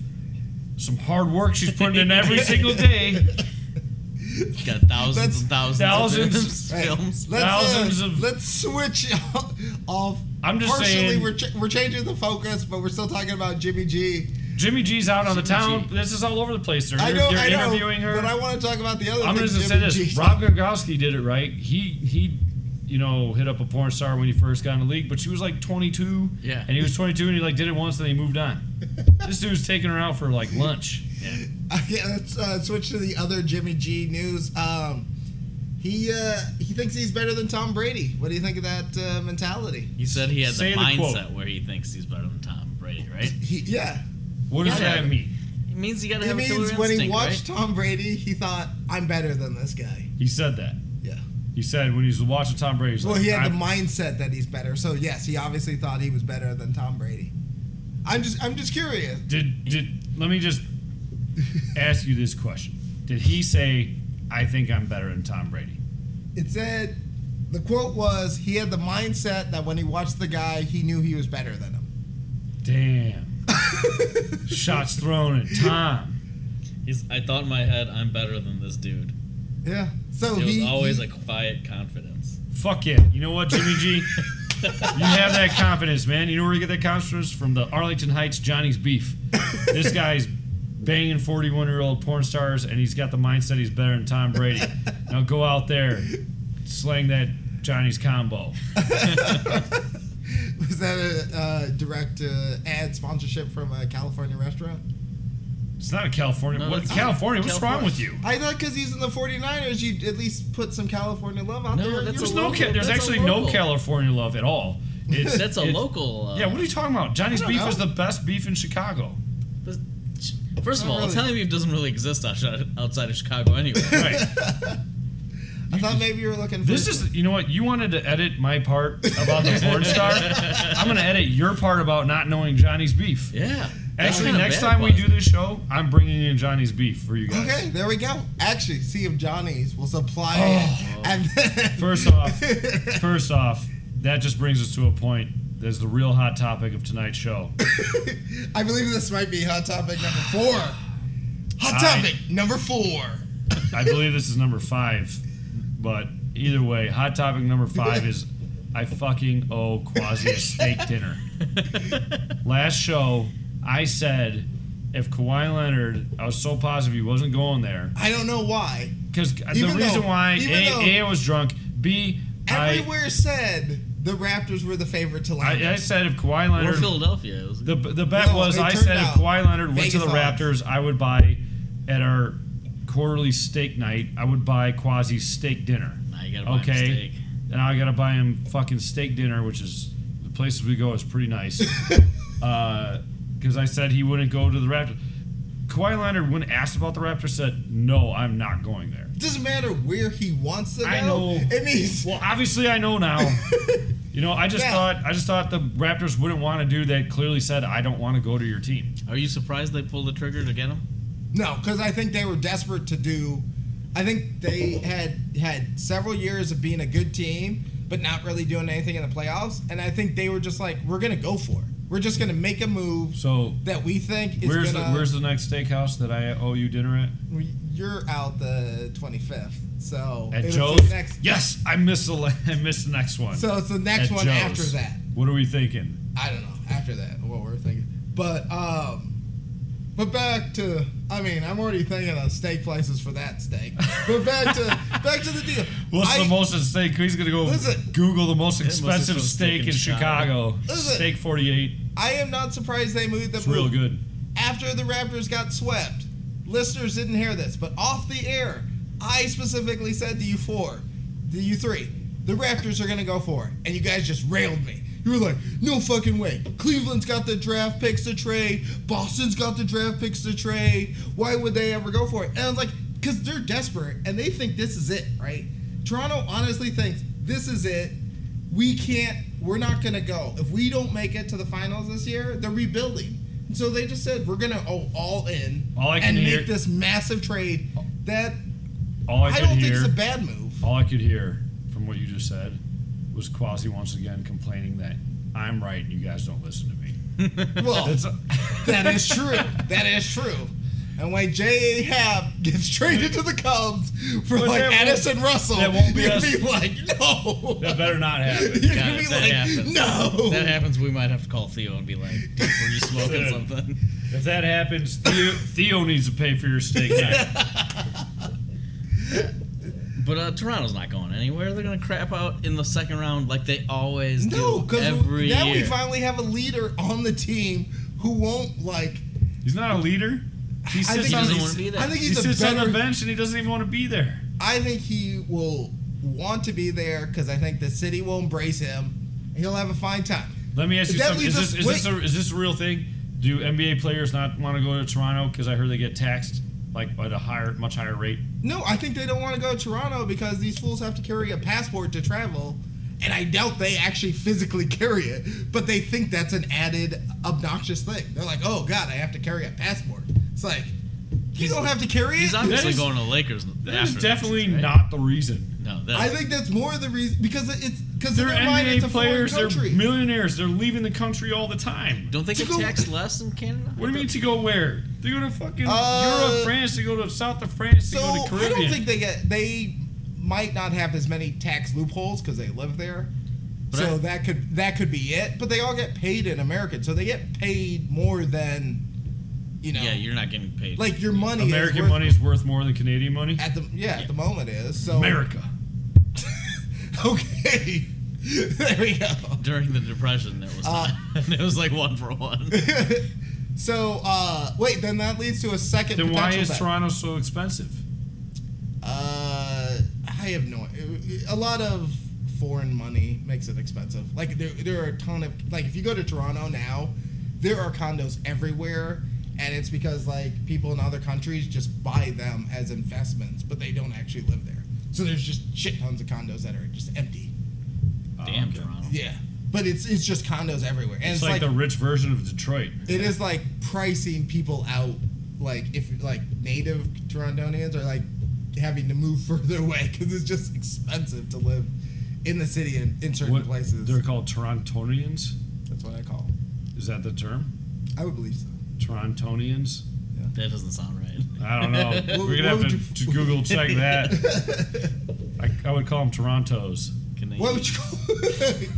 C: some hard work she's putting in every single day.
D: Got thousands
B: That's-
D: and thousands,
C: Thousands.
D: of
B: Right.
D: films.
B: Let's,
C: Thousands
B: uh,
C: of-
B: Let's switch off.
C: I'm just
B: partially,
C: saying-
B: We're, ch- we're changing the focus, but we're still talking about Jimmy G.
C: Jimmy G's out on the
D: Jimmy
C: town.
D: G.
C: This is all over the place. They're,
B: I
C: you're-
B: know,
C: you're
B: I know,
C: interviewing her.
B: but I want to talk about the other.
C: I'm
B: thing
C: just gonna say
B: Jimmy
C: this:
B: G.
C: Rob Gronkowski did it right. He he, you know, hit up a porn star when he first got in the league, but she was like 22.
D: Yeah.
C: And he was 22, and he like did it once, and he moved on. this dude's taking her out for like lunch.
B: Okay, let's uh, switch to the other Jimmy G news. Um, he uh, he thinks he's better than Tom Brady. What do you think of that uh, mentality?
D: He said he has a
C: Say the quote.
D: mindset where he thinks he's better than Tom Brady, right?
B: He, yeah,
C: What does
D: Yeah.
C: that mean?
D: It means you gotta
B: it
D: have a
B: means
D: killer
B: when he
D: instinct,
B: watched Tom Brady, he thought, "I'm better than this guy."
C: He said that.
B: Yeah,
C: He said when he was watching Tom Brady, he's
B: Well,
C: like,
B: he had
C: "I'm-
B: the mindset that he's better. So yes, he obviously thought he was better than Tom Brady. I'm just I'm just curious.
C: Did did let me just ask you this question? Did he say, "I think I'm better than Tom Brady"?
B: It said the quote was he had the mindset that when he watched the guy, he knew he was better than him.
C: Damn. Shots thrown at Tom.
D: He's, I thought in my head, I'm better than this dude.
B: Yeah. So
D: It was
B: he
D: always
B: he-
D: a quiet confidence.
C: Fuck yeah. You know what, Jimmy G? You have that confidence, man. You know where you get that confidence from the Arlington Heights Johnny's Beef. This guy's banging 41 year old porn stars, and he's got the mindset he's better than Tom Brady. Now go out there, slang that Johnny's combo.
B: was that a uh, direct uh, ad sponsorship from a California restaurant?
C: It's not a California.
D: No,
C: what,
D: that's-
C: California? What's
D: California.
C: wrong with you?
B: I thought because he's in the 49ers, you'd at least put some California love out
D: No,
B: there.
D: that's
B: You're
D: a
C: There's
B: a
C: no.
B: local.
C: Ca- there's
D: That's a
C: actually no
D: local.
C: California love at all. It's,
D: That's a
C: it-
D: local. Uh,
C: Yeah, what are you talking about? Johnny's
B: I don't
C: beef is
B: know.
C: the best beef in Chicago.
D: this- First of
B: Not
D: all,
B: really.
D: Italian beef doesn't really exist outside outside of Chicago anyway.
C: Right.
B: I thought maybe you were looking for
C: This is, you know what? You wanted to edit my part about the porn star. I'm going to edit your part about not knowing Johnny's beef.
D: Yeah. That's
C: Actually,
D: kinda
C: next
D: bad
C: time we
D: about
C: do
D: it.
C: this show, I'm bringing in Johnny's beef for you guys.
B: Okay, there we go. Actually, see if Johnny's will supply
C: Oh.
B: it. And then,
C: First off, first off, that just brings us to a point. That's the real hot topic of tonight's show.
B: I believe this might be hot topic number four. Hot
C: I-
B: topic number four.
C: I believe this is number five, but either way, hot topic number five is I fucking owe Quasi a steak dinner. Last show, I said if Kawhi Leonard, I was so positive he wasn't going there
B: I don't know why.
C: because the
B: Even
C: reason
B: though-
C: why
B: even
C: a,
B: though-
C: a I was drunk, b I,
B: Everywhere said the Raptors were the favorite to land.
C: I I said if Kawhi
D: Or
C: Leonard
D: Philadelphia. It was-
C: The, the bet
B: No,
C: was
B: it
C: I
B: turned
C: said if
B: out
C: Kawhi Leonard went to
B: Vegas
C: the
B: odds.
C: Raptors, I would buy at our quarterly steak night. I would buy Quasi's steak dinner.
D: Nah, you gotta buy him steak.
C: and I gotta buy him fucking steak dinner, which is the places we go is pretty nice. Because I said he wouldn't go to the Raptors. Kawhi Leonard, when asked about the Raptors, said, "No, I'm not going there."
B: It doesn't matter where he wants to go.
C: I know.
B: It means
C: Well, obviously, I know now. You know, I just
B: Yeah.
C: thought I just thought the Raptors wouldn't want to do that. Clearly said, I don't want to go to your team.
D: Are you surprised they pulled the trigger to get him?
B: no, because I think they were desperate to do. I think they had had several years of being a good team, but not really doing anything in the playoffs. And I think they were just like, we're gonna go for it. We're just gonna make a move
C: So
B: that we think is
C: Where's
B: gonna.
C: the Where's the next steakhouse that I owe you dinner at?
B: you're out the 25th, so
C: At
B: it's
C: Joe's.
B: The next,
C: yes, I missed the la- I missed the next one.
B: So it's the next
C: At
B: one
C: Joe's.
B: after that.
C: What are we thinking?
B: I don't know after that what we're thinking. But um but back to I mean, I'm already thinking of steak places for that steak. But back to back to the deal.
C: What's
B: I-
C: the most steak? He's gonna go
B: Listen.
C: Google the most
D: most
C: expensive
D: expensive
C: steak in Chicago.
B: Listen.
C: Steak 48.
B: I am not surprised they moved the
C: It's real good.
B: after the Raptors got swept. Listeners didn't hear this, but off the air, I specifically said to you four, to you three, the Raptors are gonna go for it, and you guys just railed me. You were like, no fucking way. Cleveland's got the draft picks to trade. Boston's got the draft picks to trade. Why would they ever go for it? And I was like, because they're desperate and they think this is it, right? Toronto honestly thinks this is it we can't we're not going to go if we don't make it to the finals this year they're rebuilding and so they just said we're going to go all in
C: All I can
B: and
C: hear-
B: make this massive trade that
C: All I
B: i,
C: could
B: don't think
C: hear.
B: is a bad move
C: all I could hear from what you just said was Quasi once again complaining that I'm right and you guys don't listen to me.
B: well
C: That's
B: that is true that is true and when J.A. Happ gets traded to the Cubs for
C: But
B: like
C: that won't-
B: Addison Russell,
C: that won't be
B: you're
C: us.
B: gonna be like, no.
C: that better not happen.
B: You're
D: God,
B: gonna be
D: if that
B: like,
D: happens.
B: no.
D: If that happens, we might have to call Theo and be like, Dude, were you smoking something?
C: If that happens, Theo, Theo needs to pay for your steak night.
D: But uh, Toronto's not going anywhere. They're gonna crap out in the second round like they always
B: no,
D: do
B: because
D: every
B: now
D: year.
B: we finally have a leader on the team who won't like
C: He's not a leader. He
B: I
C: sits
B: think
C: on
B: he's-
C: the-
D: doesn't wanna be there.
B: I think
C: He
B: he's
C: sits
B: a better,
C: on the bench and he doesn't even want to be there.
B: I think he will want to be there because I think the city will embrace him. He'll have a fine time.
C: Let me ask you
B: That
C: something. Is
B: leaves us-
C: this, is, this
B: wait.
C: a, is this a real thing? Do NBA players not want to go to Toronto because I heard they get taxed? like at a higher, much higher rate.
B: No, I think they don't want to go to Toronto because these fools have to carry a passport to travel, and I doubt they actually physically carry it, but they think that's an added obnoxious thing. They're like, oh god, I have to carry a passport. It's like, you don't have to carry it.
D: He's obviously
C: is-
D: going to the Lakers.
C: That
D: after
C: is
D: this,
C: definitely
D: right?
C: not the reason.
D: No,
B: I
D: that's,
B: think that's more of the reason because it's because in
C: They're
B: their mind it's a
C: NBA
B: foreign
C: players. They're
B: country.
C: millionaires. They're leaving the country all the time.
D: don't they get
B: go-
D: taxed less in Canada?
C: What do you mean to go where? They go to fucking
B: Uh,
C: Europe, France. They go to South of France. They
B: so
C: go to
B: I
C: Caribbean.
B: don't think they get they might not have as many tax loopholes because they live there.
D: But
B: so
D: I-
B: that could that could be it. But they all get paid in America, so they get paid more than you know.
D: Yeah, you're not getting paid.
B: like your money. is
C: American
B: worth-
C: money is worth more than Canadian money.
B: at the yeah, at the moment is so
C: America.
B: Okay, there we go.
D: during the depression, it was
B: Uh, Oh,
D: not. it was like one for one.
B: So uh, wait, then that leads to a second.
C: Then why
B: potential
C: is
B: bet.
C: Toronto so expensive?
B: Uh, I have no. A lot of foreign money makes it expensive. Like there, there are a ton of like if you go to Toronto now, there are condos everywhere, and it's because like people in other countries just buy them as investments, but they don't actually live there. So there's just shit tons of condos that are just empty.
D: Damn,
C: okay.
D: Toronto.
B: Yeah, but it's it's just condos everywhere, and
C: It's, like, the rich version of Detroit.
B: it is like pricing people out like if like native torontonians are like having to move further away because it's just expensive to live in the city and in certain
C: What,
B: places
C: They're called Torontonians.
B: that's what i call 'em.
C: Is that the term?
B: i would believe so
C: Torontonians.
D: That doesn't sound right.
C: I don't know. We're gonna
B: what
C: have to,
B: would
C: to Google check that. I, I would call them Torontos.
D: Canadian.
B: what would you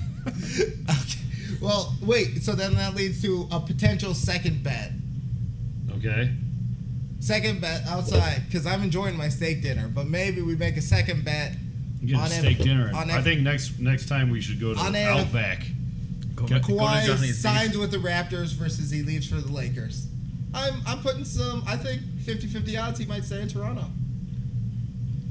B: okay. well wait so then that leads to a potential second bet
C: Okay.
B: second bet outside because i'm enjoying my steak dinner but maybe we make a second bet
C: You get
B: On
C: a
B: a-
C: steak dinner.
B: on
C: I
B: a-
C: think next next time we should go to
B: on a-
C: Outback.
D: Go,
C: Ka-
D: go to
B: Kawhi
D: Johnny
B: signed
D: Depp.
B: with the Raptors versus he leaves for the Lakers. I'm I'm putting some I think 50-50 odds he might stay in Toronto.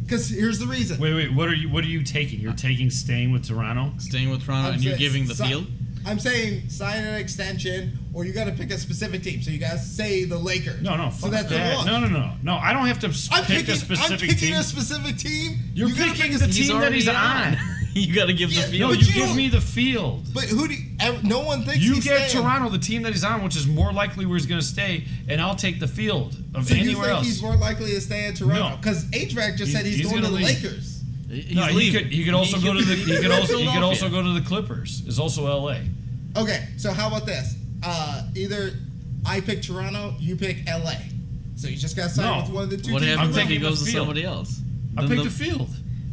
B: Cuz here's the reason.
C: Wait, wait. What are you? What are you taking? You're taking staying with Toronto.
D: Staying with Toronto,
B: I'm
D: and you're
B: saying
D: giving the
B: si-
D: field.
B: I'm saying sign an extension or you got to pick a specific team. So you got to say the Lakers.
C: No, no. Fuck
B: So that's
C: that.
B: the one.
C: No, no, no, no. I don't have to s-
B: I'm
C: pick
B: picking,
C: a
B: I'm
C: specific
B: picking
C: team.
B: a specific team.
C: You're
B: You gotta
C: picking
B: pick a
C: the
B: specific-
C: team that he's
D: already you got to give
B: Yeah,
D: the
C: No,
D: field.
B: But
C: you,
B: you
C: give
B: don't-
C: me the field.
B: But who do you, ev- no one thinks
C: You
B: he's
C: give
B: staying.
C: Toronto the team that he's on, which is more likely where he's going to stay, and I'll take the field of
B: So you
C: anywhere
B: think
C: else.
B: he's more likely to stay in Toronto
C: No.
B: cuz HVAC just
C: He's-
B: said he's,
C: he's
B: going to
C: gonna
B: the
C: leave.
B: Lakers.
D: He's
C: no, he
D: leaving.
C: could, he could also go to the he could also he could also go to the Clippers. It's also L.A.
B: Okay, so how about this? Uh, either I pick Toronto, you pick LA. So you just got signed
C: No.
B: with one of the two
D: What
B: teams.
C: I'm
D: happens if he
C: taking the
D: goes to
C: field.
D: somebody else?
C: I
D: Then
C: picked
D: the-
C: the field.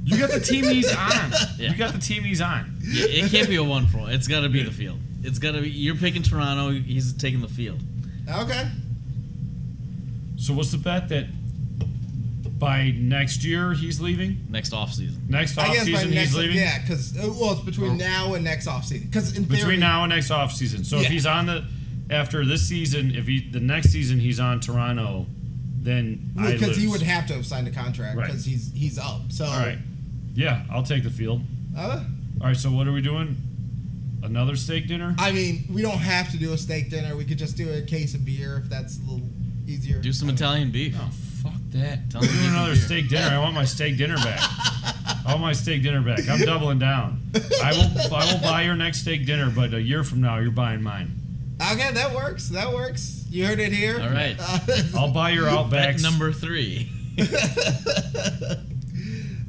C: You got the team he's on. You got the team he's on.
D: Yeah, it can't be a one for. It's got to be the field. It's got to be. You're picking Toronto. He's taking the field.
B: Okay.
C: So what's the bet that by next year he's leaving?
D: Next offseason.
C: Next
B: I guess by
C: offseason
B: next,
C: he's leaving?
B: yeah, because well, it's
D: Oh.
B: between now and next offseason. Because in theory,
C: Between now and next offseason. So if
B: Yeah.
C: he's on the after this season, if he the next season he's on Toronto, then I
B: because he
C: lose.
B: would have to have signed a contract
C: Right.
B: because he's he's up. So
C: All right. Yeah, I'll take the field.
B: uh,
C: All right, so what are we doing? Another steak dinner?
B: I mean, we don't have to do a steak dinner. We could just do a case of beer if that's a little easier.
D: Do some Italian beef.
C: Oh, fuck that.
D: Tell
C: We're
D: him
C: doing
D: you can
C: another
D: do it.
C: steak dinner. I want my steak dinner back. I want my steak dinner back. I'm doubling down. I will I will buy your next steak dinner, but a year from now you're buying mine.
B: Okay, that works. That works. You heard it here.
D: All right.
C: I'll buy your
D: Bet
C: Outbacks.
D: number three.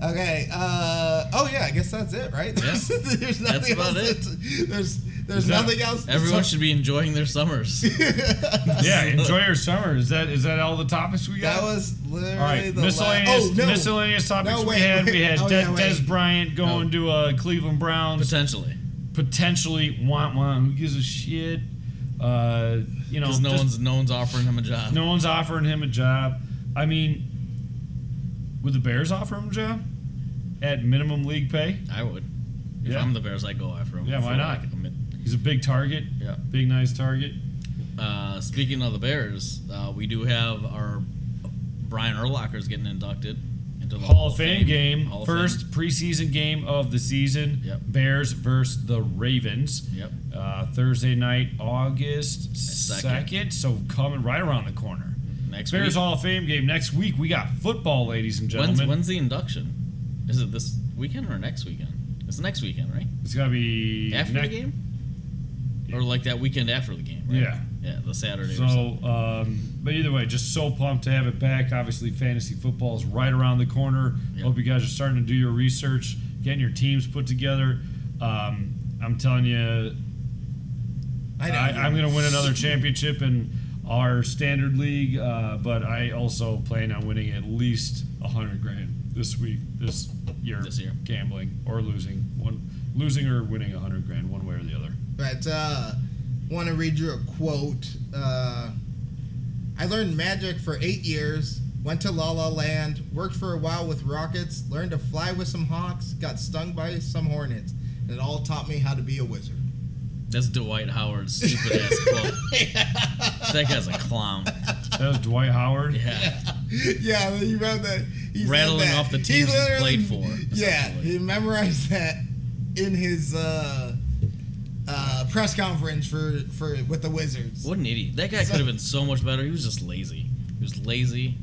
B: Okay. Uh, oh yeah, I guess that's it, right?
D: Yeah.
B: there's nothing
D: That's about
B: else.
D: it.
B: that's- There's there's
C: Is that-
B: nothing else.
D: Everyone should be enjoying their summers.
C: Yeah, enjoy your summer. Is that is that all the topics we got?
B: That was literally
C: all right,
B: the last.
C: miscellaneous
B: Oh no.
C: miscellaneous topics
B: No,
C: we
B: wait,
C: had.
B: wait.
C: We had
B: Oh,
C: De-
B: yeah, wait.
C: Des Bryant going to uh, Cleveland Browns.
D: Potentially.
C: potentially want one. Who gives a shit? Uh, you know,
D: Because no
C: just-
D: one's no one's offering him a job.
C: no one's offering him a job. I mean, would the Bears offer him a job at minimum league pay?
D: I would. If
C: Yeah.
D: I'm the Bears, I'd go after him.
C: Yeah, why
D: for,
C: not?
D: like, a min-
C: He's a big target.
D: Yeah.
C: Big nice target.
D: Uh, speaking of the Bears, uh, we do have our Brian Urlacher's getting inducted into the
C: Hall of Fame game.
D: Hall of
C: First
D: Fame.
C: preseason game of the season.
D: Yep.
C: Bears versus the Ravens.
D: Yep.
C: Uh, Thursday night, August
D: Second.
C: second. So coming right around the corner.
D: next
C: Bears
D: week.
C: Hall of Fame game next week. We got football, ladies and
D: when's,
C: gentlemen.
D: when's the induction? Is it this weekend or next weekend? It's next weekend, right?
C: It's gotta be
D: After
C: next-
D: the game, or like that weekend after the game? Right?
C: Yeah.
D: yeah, the Saturday. or something.
C: So, um, but either way, just so pumped to have it back. Obviously, fantasy football is right around the corner.
D: Yep.
C: Hope you guys are starting to do your research, getting your teams put together. Um, I'm telling you,
B: I know.
C: I, I'm going to win another championship in our standard league, uh, but I also plan on winning at least a hundred grand this week, this year,
D: This year.
C: gambling or losing one, losing or winning a hundred grand, one way or the other.
B: But uh, want to read you a quote. Uh, I learned magic for eight years. Went to La La Land. Worked for a while with rockets. Learned to fly with some hawks. Got stung by some hornets. And it all taught me how to be a wizard.
D: That's Dwight Howard's stupid ass quote. That guy's a clown.
C: That was Dwight Howard.
D: Yeah,
B: yeah, you read that. he said
D: Rattling
B: that.
D: off the
B: He
D: teams he's
B: literally-
D: played for,
B: Yeah,
D: essentially.
B: he memorized that in his uh, uh, press conference for, for with the Wizards.
D: what an idiot. That guy
B: So-
D: could have been so much better. He was just lazy. He was lazy.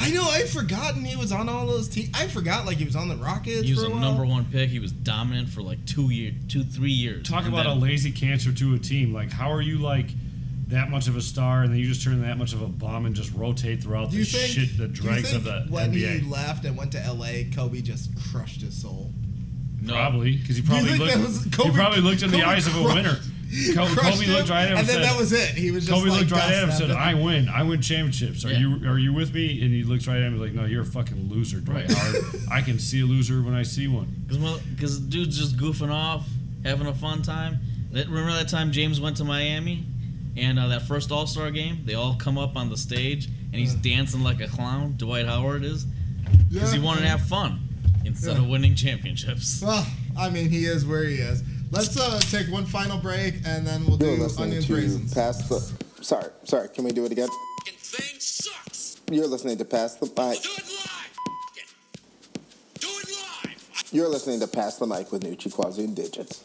B: I know. I'd forgotten he was on all those teams. I forgot like he was on the Rockets.
D: He was
B: for
D: a
B: while.
D: number one pick. He was dominant for like two year, two three years.
C: Talk
D: And
C: about
D: then-
C: a lazy cancer to a team. Like, how are you like that much of a star, and then you just turn that much of a bomb and just rotate throughout
B: Do
C: the
B: you think?
C: shit, the
B: do you
C: dregs of
B: think
C: the
B: when he
C: NBA?
B: left and went to LA, Kobe just crushed his soul.
D: no,
C: Probably because he
B: you
C: probably
B: think
C: looked.
B: that was
C: he
B: Kobe-
C: probably looked in the
B: Kobe
C: eyes of a
B: crushed-
C: winner. Co-
B: crushed
C: Kobe
B: him,
C: looked right at him
B: and
C: and
B: then
C: said,
B: that was it. He was just
C: Kobe
B: like
C: looked right at him and
B: dust
C: said,
B: after
C: "I win. I win championships. Are
D: Yeah.
C: you are you with me?" And he looks right at him and like, "No, you're a fucking loser, Dwight Howard. I can see a loser when I see one."
D: Because dude's just goofing off, having a fun time. That, remember that time James went to Miami? And uh, that first All Star game, they all come up on the stage and he's dancing like a clown, Dwight Howard is, because he
B: Yeah.
D: wanted to have fun instead of winning championships.
B: Well, I mean, he is where he is. Let's uh, take one final break and then we'll
A: You're
B: do
A: listening
B: onions,
A: to
B: raisins.
A: Pass the. Sorry, sorry. Can we do it again?
G: thing sucks.
A: You're listening to Pass the Mic.
G: Do it live. F- it. Do it live.
A: You're listening to Pass the Mic with Nucci Quasi and Digits.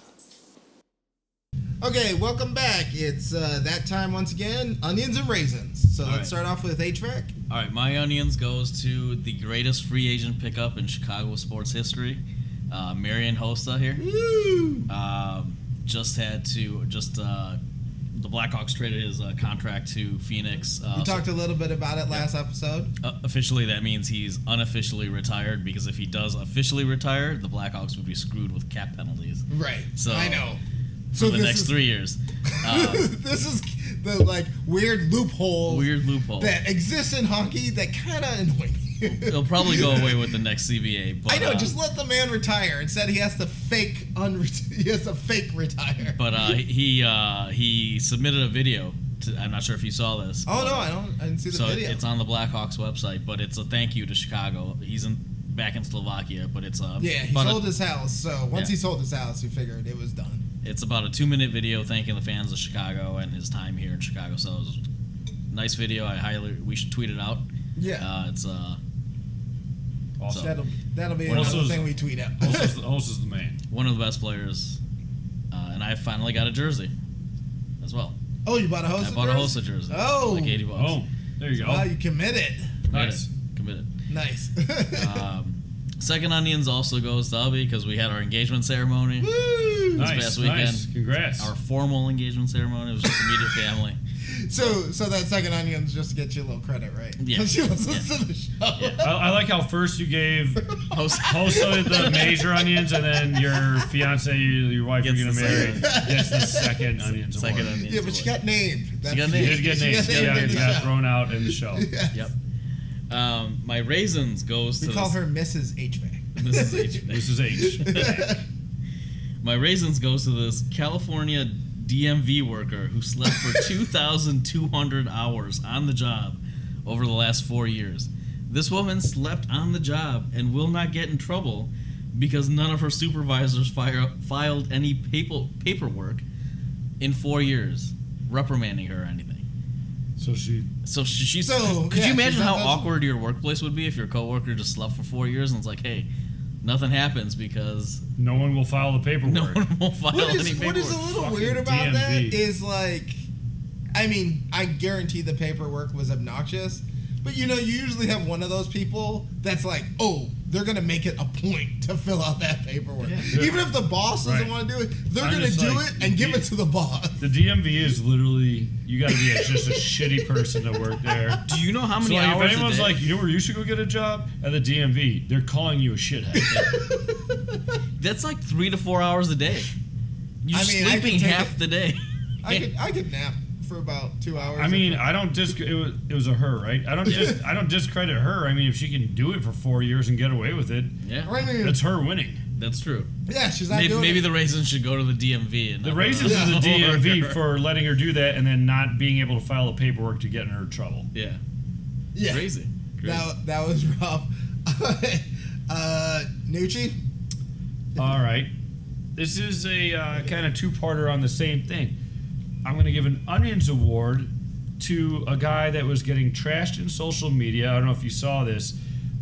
B: Okay, welcome back. It's uh, that time once again. Onions and raisins. So let's
D: right.
B: start off with a track.
D: All right, my onions goes to the greatest free agent pickup in Chicago sports history, uh, Marion Hosta here. Um, just had to just uh, the Blackhawks traded his uh, contract to Phoenix. Uh,
B: We
D: so-
B: talked a little bit about it last episode.
D: Uh, officially, that means he's unofficially retired because if he does officially retire, the Blackhawks would be screwed with cap penalties
B: Right.
D: So-
B: I know.
D: for the
B: this
D: next
B: is-
D: three years. Uh,
B: this is the like weird loophole
D: weird loophole. Oh,
B: that exists in hockey that kind of annoy me.
D: It'll probably go away with the next CBA. But,
B: I know.
D: uh,
B: just let the man retire. Instead, he has to fake unret- He has to fake retire.
D: But uh, he uh, he submitted a video. To, I'm not sure if you saw this.
B: oh no, I don't. I didn't see the
D: so
B: video.
D: it's on the Blackhawks website, but it's a thank you to Chicago. He's in back in Slovakia, but it's a
B: yeah, he
D: but a-
B: sold his house. So once he
D: Yeah.
B: sold his house, he figured it was done.
D: It's about a two minute video thanking the fans of Chicago and his time here in Chicago. So it was a nice video. I highly we should tweet it out.
B: Yeah.
D: Uh, it's uh
C: Awesome.
B: that'll that'll be
C: What else
B: another
C: is-
B: thing we tweet out.
C: Host is, Host is the man.
D: one of the best players, uh, and I finally got a jersey as well.
B: oh, you bought a host.
D: I bought a host of jersey. for
B: Oh.
D: like eighty bucks.
C: Oh, there you go.
B: Wow, you committed.
D: committed,
C: nice.
D: committed.
B: Nice.
D: Um, second onions also goes to Ubby because we had our engagement ceremony.
B: Woo!
C: nice.
D: past
C: nice.
D: weekend,
C: Congrats.
D: Our formal engagement ceremony it was just immediate family.
B: So, so that second onion's just to get you a little credit, right?
D: Yeah.
B: Because you listen
D: Yeah.
B: to the show.
D: Yeah.
C: I, I like how first you gave
D: Host,
C: Hosta the major onions, and then your fiance, your, your wife
D: Gets
C: you're gonna
D: the
C: marry,
D: second.
C: gets the second onions.
D: second
C: award.
D: onions.
B: Yeah, but she got named. That's-
D: got
C: You
D: named.
C: did get
B: She
C: names.
B: got named
C: Yeah,
B: in
C: you
B: the
C: got
B: show.
C: thrown out in the show.
D: Yep. Um, my raisins goes to
B: We call
D: this-
B: her Mrs. HVAC.
D: Mrs. H.
C: This is H.
D: My raisins goes to this California DMV worker who slept for 2,200 hours on the job over the last four years. This woman slept on the job and will not get in trouble because none of her supervisors fire, filed any paper, paperwork in four years, reprimanding her or anything.
C: So she
D: So she, she's.
B: So,
D: could
B: yeah,
D: you imagine
B: she's
D: how
B: not- that's-
D: awkward your workplace would be if your coworker just slept for four years and it's like, hey, nothing happens because
C: no one will file the paperwork.
D: no one will file
B: What
D: any
B: is,
D: paperwork.
B: what is a little
C: Fucking
B: weird about
C: DMV.
B: that is like, I mean, I guarantee the paperwork was obnoxious, But you know, you usually have one of those people that's like, oh, they're gonna make it a point to fill out that paperwork, even if the boss doesn't
C: Right.
B: want to do it. They're
C: I'm
B: gonna
C: just
B: do
C: like,
B: it and give it to the boss.
C: The DMV is literally you got to be a, just a shitty person to work there.
D: Do you know how
C: So
D: many
C: like, if
D: hours? a
C: anyone's
D: day-
C: like, you know where you should go get a job at the DMV, they're calling you a shithead.
D: that's like three to four hours a day. You're
B: I mean, I can
D: sleeping
B: take
D: half
B: it.
D: the day.
B: I could I could nap for about two hours.
C: I mean, I don't disc. It was, it was a her, right? I don't just. I don't discredit her. I mean, if she can do it for four years and get away with it,
D: yeah,
B: Or I mean,
C: that's her winning.
D: that's true.
B: yeah, she's not
D: Maybe,
B: doing
D: maybe
B: it.
D: the raisins should go to the DMV. And
C: The
D: not
C: raisins is the DMV
D: Uh-huh. worker.
C: for letting her do that and then not being able to file the paperwork to get in her trouble.
D: yeah,
B: yeah.
D: crazy. Crazy.
B: That, that was rough. uh, Nucci,
C: All right. This is a uh, kind of two-parter on the same thing. I'm going to give an Onions Award to a guy that was getting trashed in social media. I don't know if you saw this.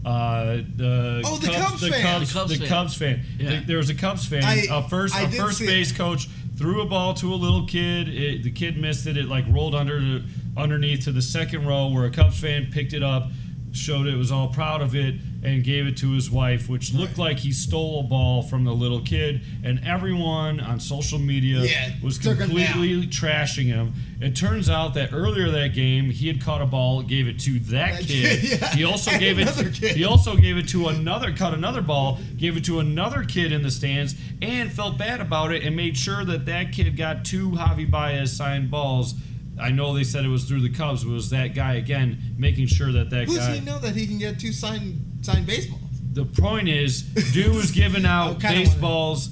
C: Uh, the
B: Oh, the Cubs
C: the
B: fan.
C: Cubs,
D: The Cubs
C: the
D: fan.
C: Cubs fan.
D: Yeah.
C: Th- There was a Cubs fan.
B: I-
C: a first,
B: I
C: a
B: did
C: first
B: see
C: base coach threw a ball to a little kid. It, the kid missed it. It like rolled under underneath to the second row, where a Cubs fan picked it up, showed it was all proud of it, and gave it to his wife, which looked like he stole a ball from the little kid. And everyone on social media
B: Yeah,
C: was
B: took him
C: completely trashing him. It turns out that earlier that game, he had caught a ball, gave it to that
B: That
C: kid.
B: kid, yeah.
C: He also
B: And
C: gave it.
B: another kid.
C: He also gave it to another, cut another ball, gave it to another kid in the stands, and felt bad about it and made sure that that kid got two Javi Baez signed balls. I know they said it was through the Cubs, but it was that guy again making sure that that
B: who does
C: guy.
B: he know that he can get two signed signed baseballs?
C: The point is, dude was giving
B: I
C: out
B: kinda
C: baseballs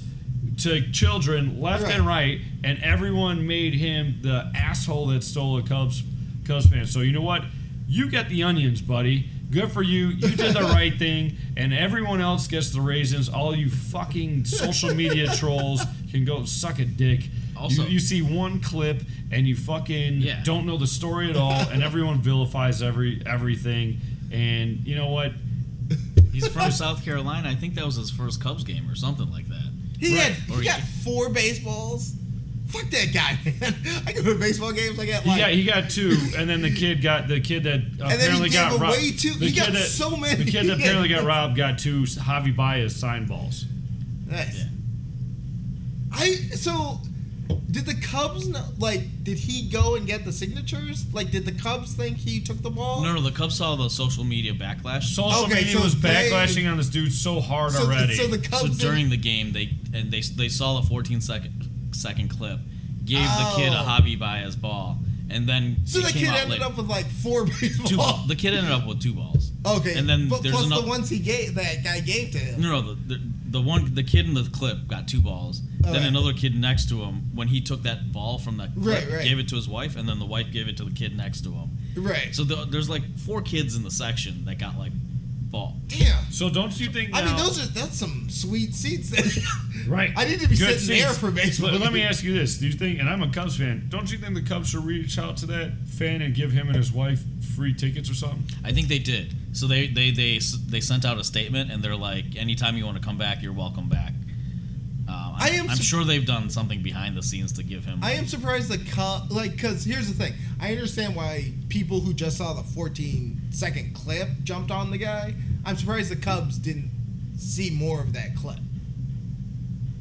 C: to children left
B: Right.
C: and right, and everyone made him the asshole that stole a Cubs Cubs fan. So you know what? You get the onions, buddy. Good for you. You did the right thing, and everyone else gets the raisins. All you fucking social media trolls can go suck a dick.
D: Also-
C: you, you see one clip and you fucking
D: Yeah.
C: don't know the story at all, and everyone vilifies every everything. And you know what?
D: He's from South Carolina. I think that was his first Cubs game or something like that.
B: He
C: Right.
B: had
D: Or
B: he
D: he-
B: got four baseballs. Fuck that guy, man. I go to baseball games. I get
C: He
B: like
C: got, he got two, and then the kid got the kid that
B: he
C: apparently
B: gave
C: got robbed.
B: away two-
C: The
B: he got
C: kid that-
B: so many.
C: The kid that apparently got robbed got two Javi Baez sign balls.
B: nice.
D: Yeah.
B: I so did the Cubs know, like did he go and get the signatures? Like did the Cubs think he took the ball?
D: No, no, the Cubs saw the social media backlash.
C: Social
B: Okay,
C: media
B: so
C: was
B: they-
C: backlashing on this dude so hard
B: so,
C: already.
B: so the
D: so
B: Cubs
D: during the game, they and they they saw the 14 second second clip, gave the kid a
B: Oh.
D: Javi Baez ball, and then
B: didn't- so
D: it
B: the
D: came
B: kid
D: out
B: ended
D: later.
B: up with like four
D: two
B: baseballs.
D: balls. The kid ended up with two balls.
B: okay,
D: and then
B: but
D: there's
B: plus
D: another
B: the ones he gave that guy gave to him.
D: No, no, the, the, the one the kid in the clip got two balls.
B: Okay.
D: Then another kid next to him, when he took that ball from that clip,
B: Right, right.
D: gave it to his wife, and then the wife gave it to the kid next to him.
B: Right.
D: So the, there's like four kids in the section that got like ball.
B: Damn.
C: so don't you think?
B: I mean,
C: now-
B: those are that's some sweet seats.
C: right.
B: I need to be
C: Good
B: sitting there
C: seats.
B: for baseball.
C: But let me ask you this: Do you think? And I'm a Cubs fan. Don't you think the Cubs should reach out to that fan and give him and his wife free tickets or something?
D: I think they did. So they they they s- they sent out a statement, and they're like, anytime you want to come back, you're welcome back. Um,
B: I am
D: I'm
B: su-
D: sure they've done something behind the scenes to give him.
B: I am surprised the Cubs, like, because here's the thing. I understand why people who just saw the 14 second clip jumped on the guy. I'm surprised the Cubs didn't see more of that clip.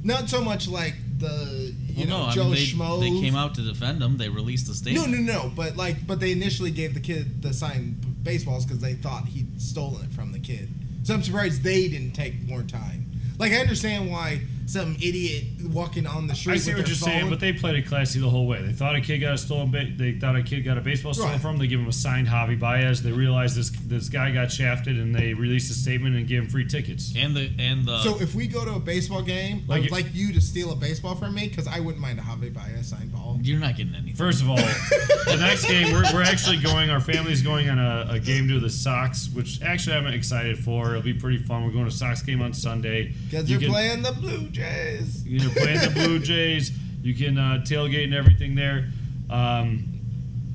B: Not so much like the, you
D: Well,
B: know,
D: no,
B: Joe
D: I mean, they,
B: Schmo.
D: they came out to defend him. They released a statement.
B: No, no, no. But, like, but they initially gave the kid the signed b- baseballs because they thought he'd stolen it from the kid. So I'm surprised they didn't take more time. Like, I understand why some idiot walking on the street.
C: I see
B: with
C: what
B: their
C: you're saying,
B: phone-
C: but they played it classy the whole way. They thought a kid got a stolen. Ba- they thought a kid got a baseball stolen
B: Right.
C: from. They give him a signed Javi Baez. They realized this this guy got shafted, and they released a statement and gave him free tickets.
D: And the and the
B: So if we go to a baseball game,
C: Uh, Like
B: I would
C: it-
B: like you to steal a baseball from me because I wouldn't mind a Javi Baez signed ball.
D: you're not getting anything.
C: First of all, the next game we're, we're actually going. Our family's going on a, a game to the Sox, which actually I'm excited for. It'll be pretty fun. We're going to a Sox game on Sunday.
B: Because
C: You
B: you're
C: can-
B: playing the Blue Jays.
C: You know, playing the Blue Jays. You can uh, tailgate and everything there. Um,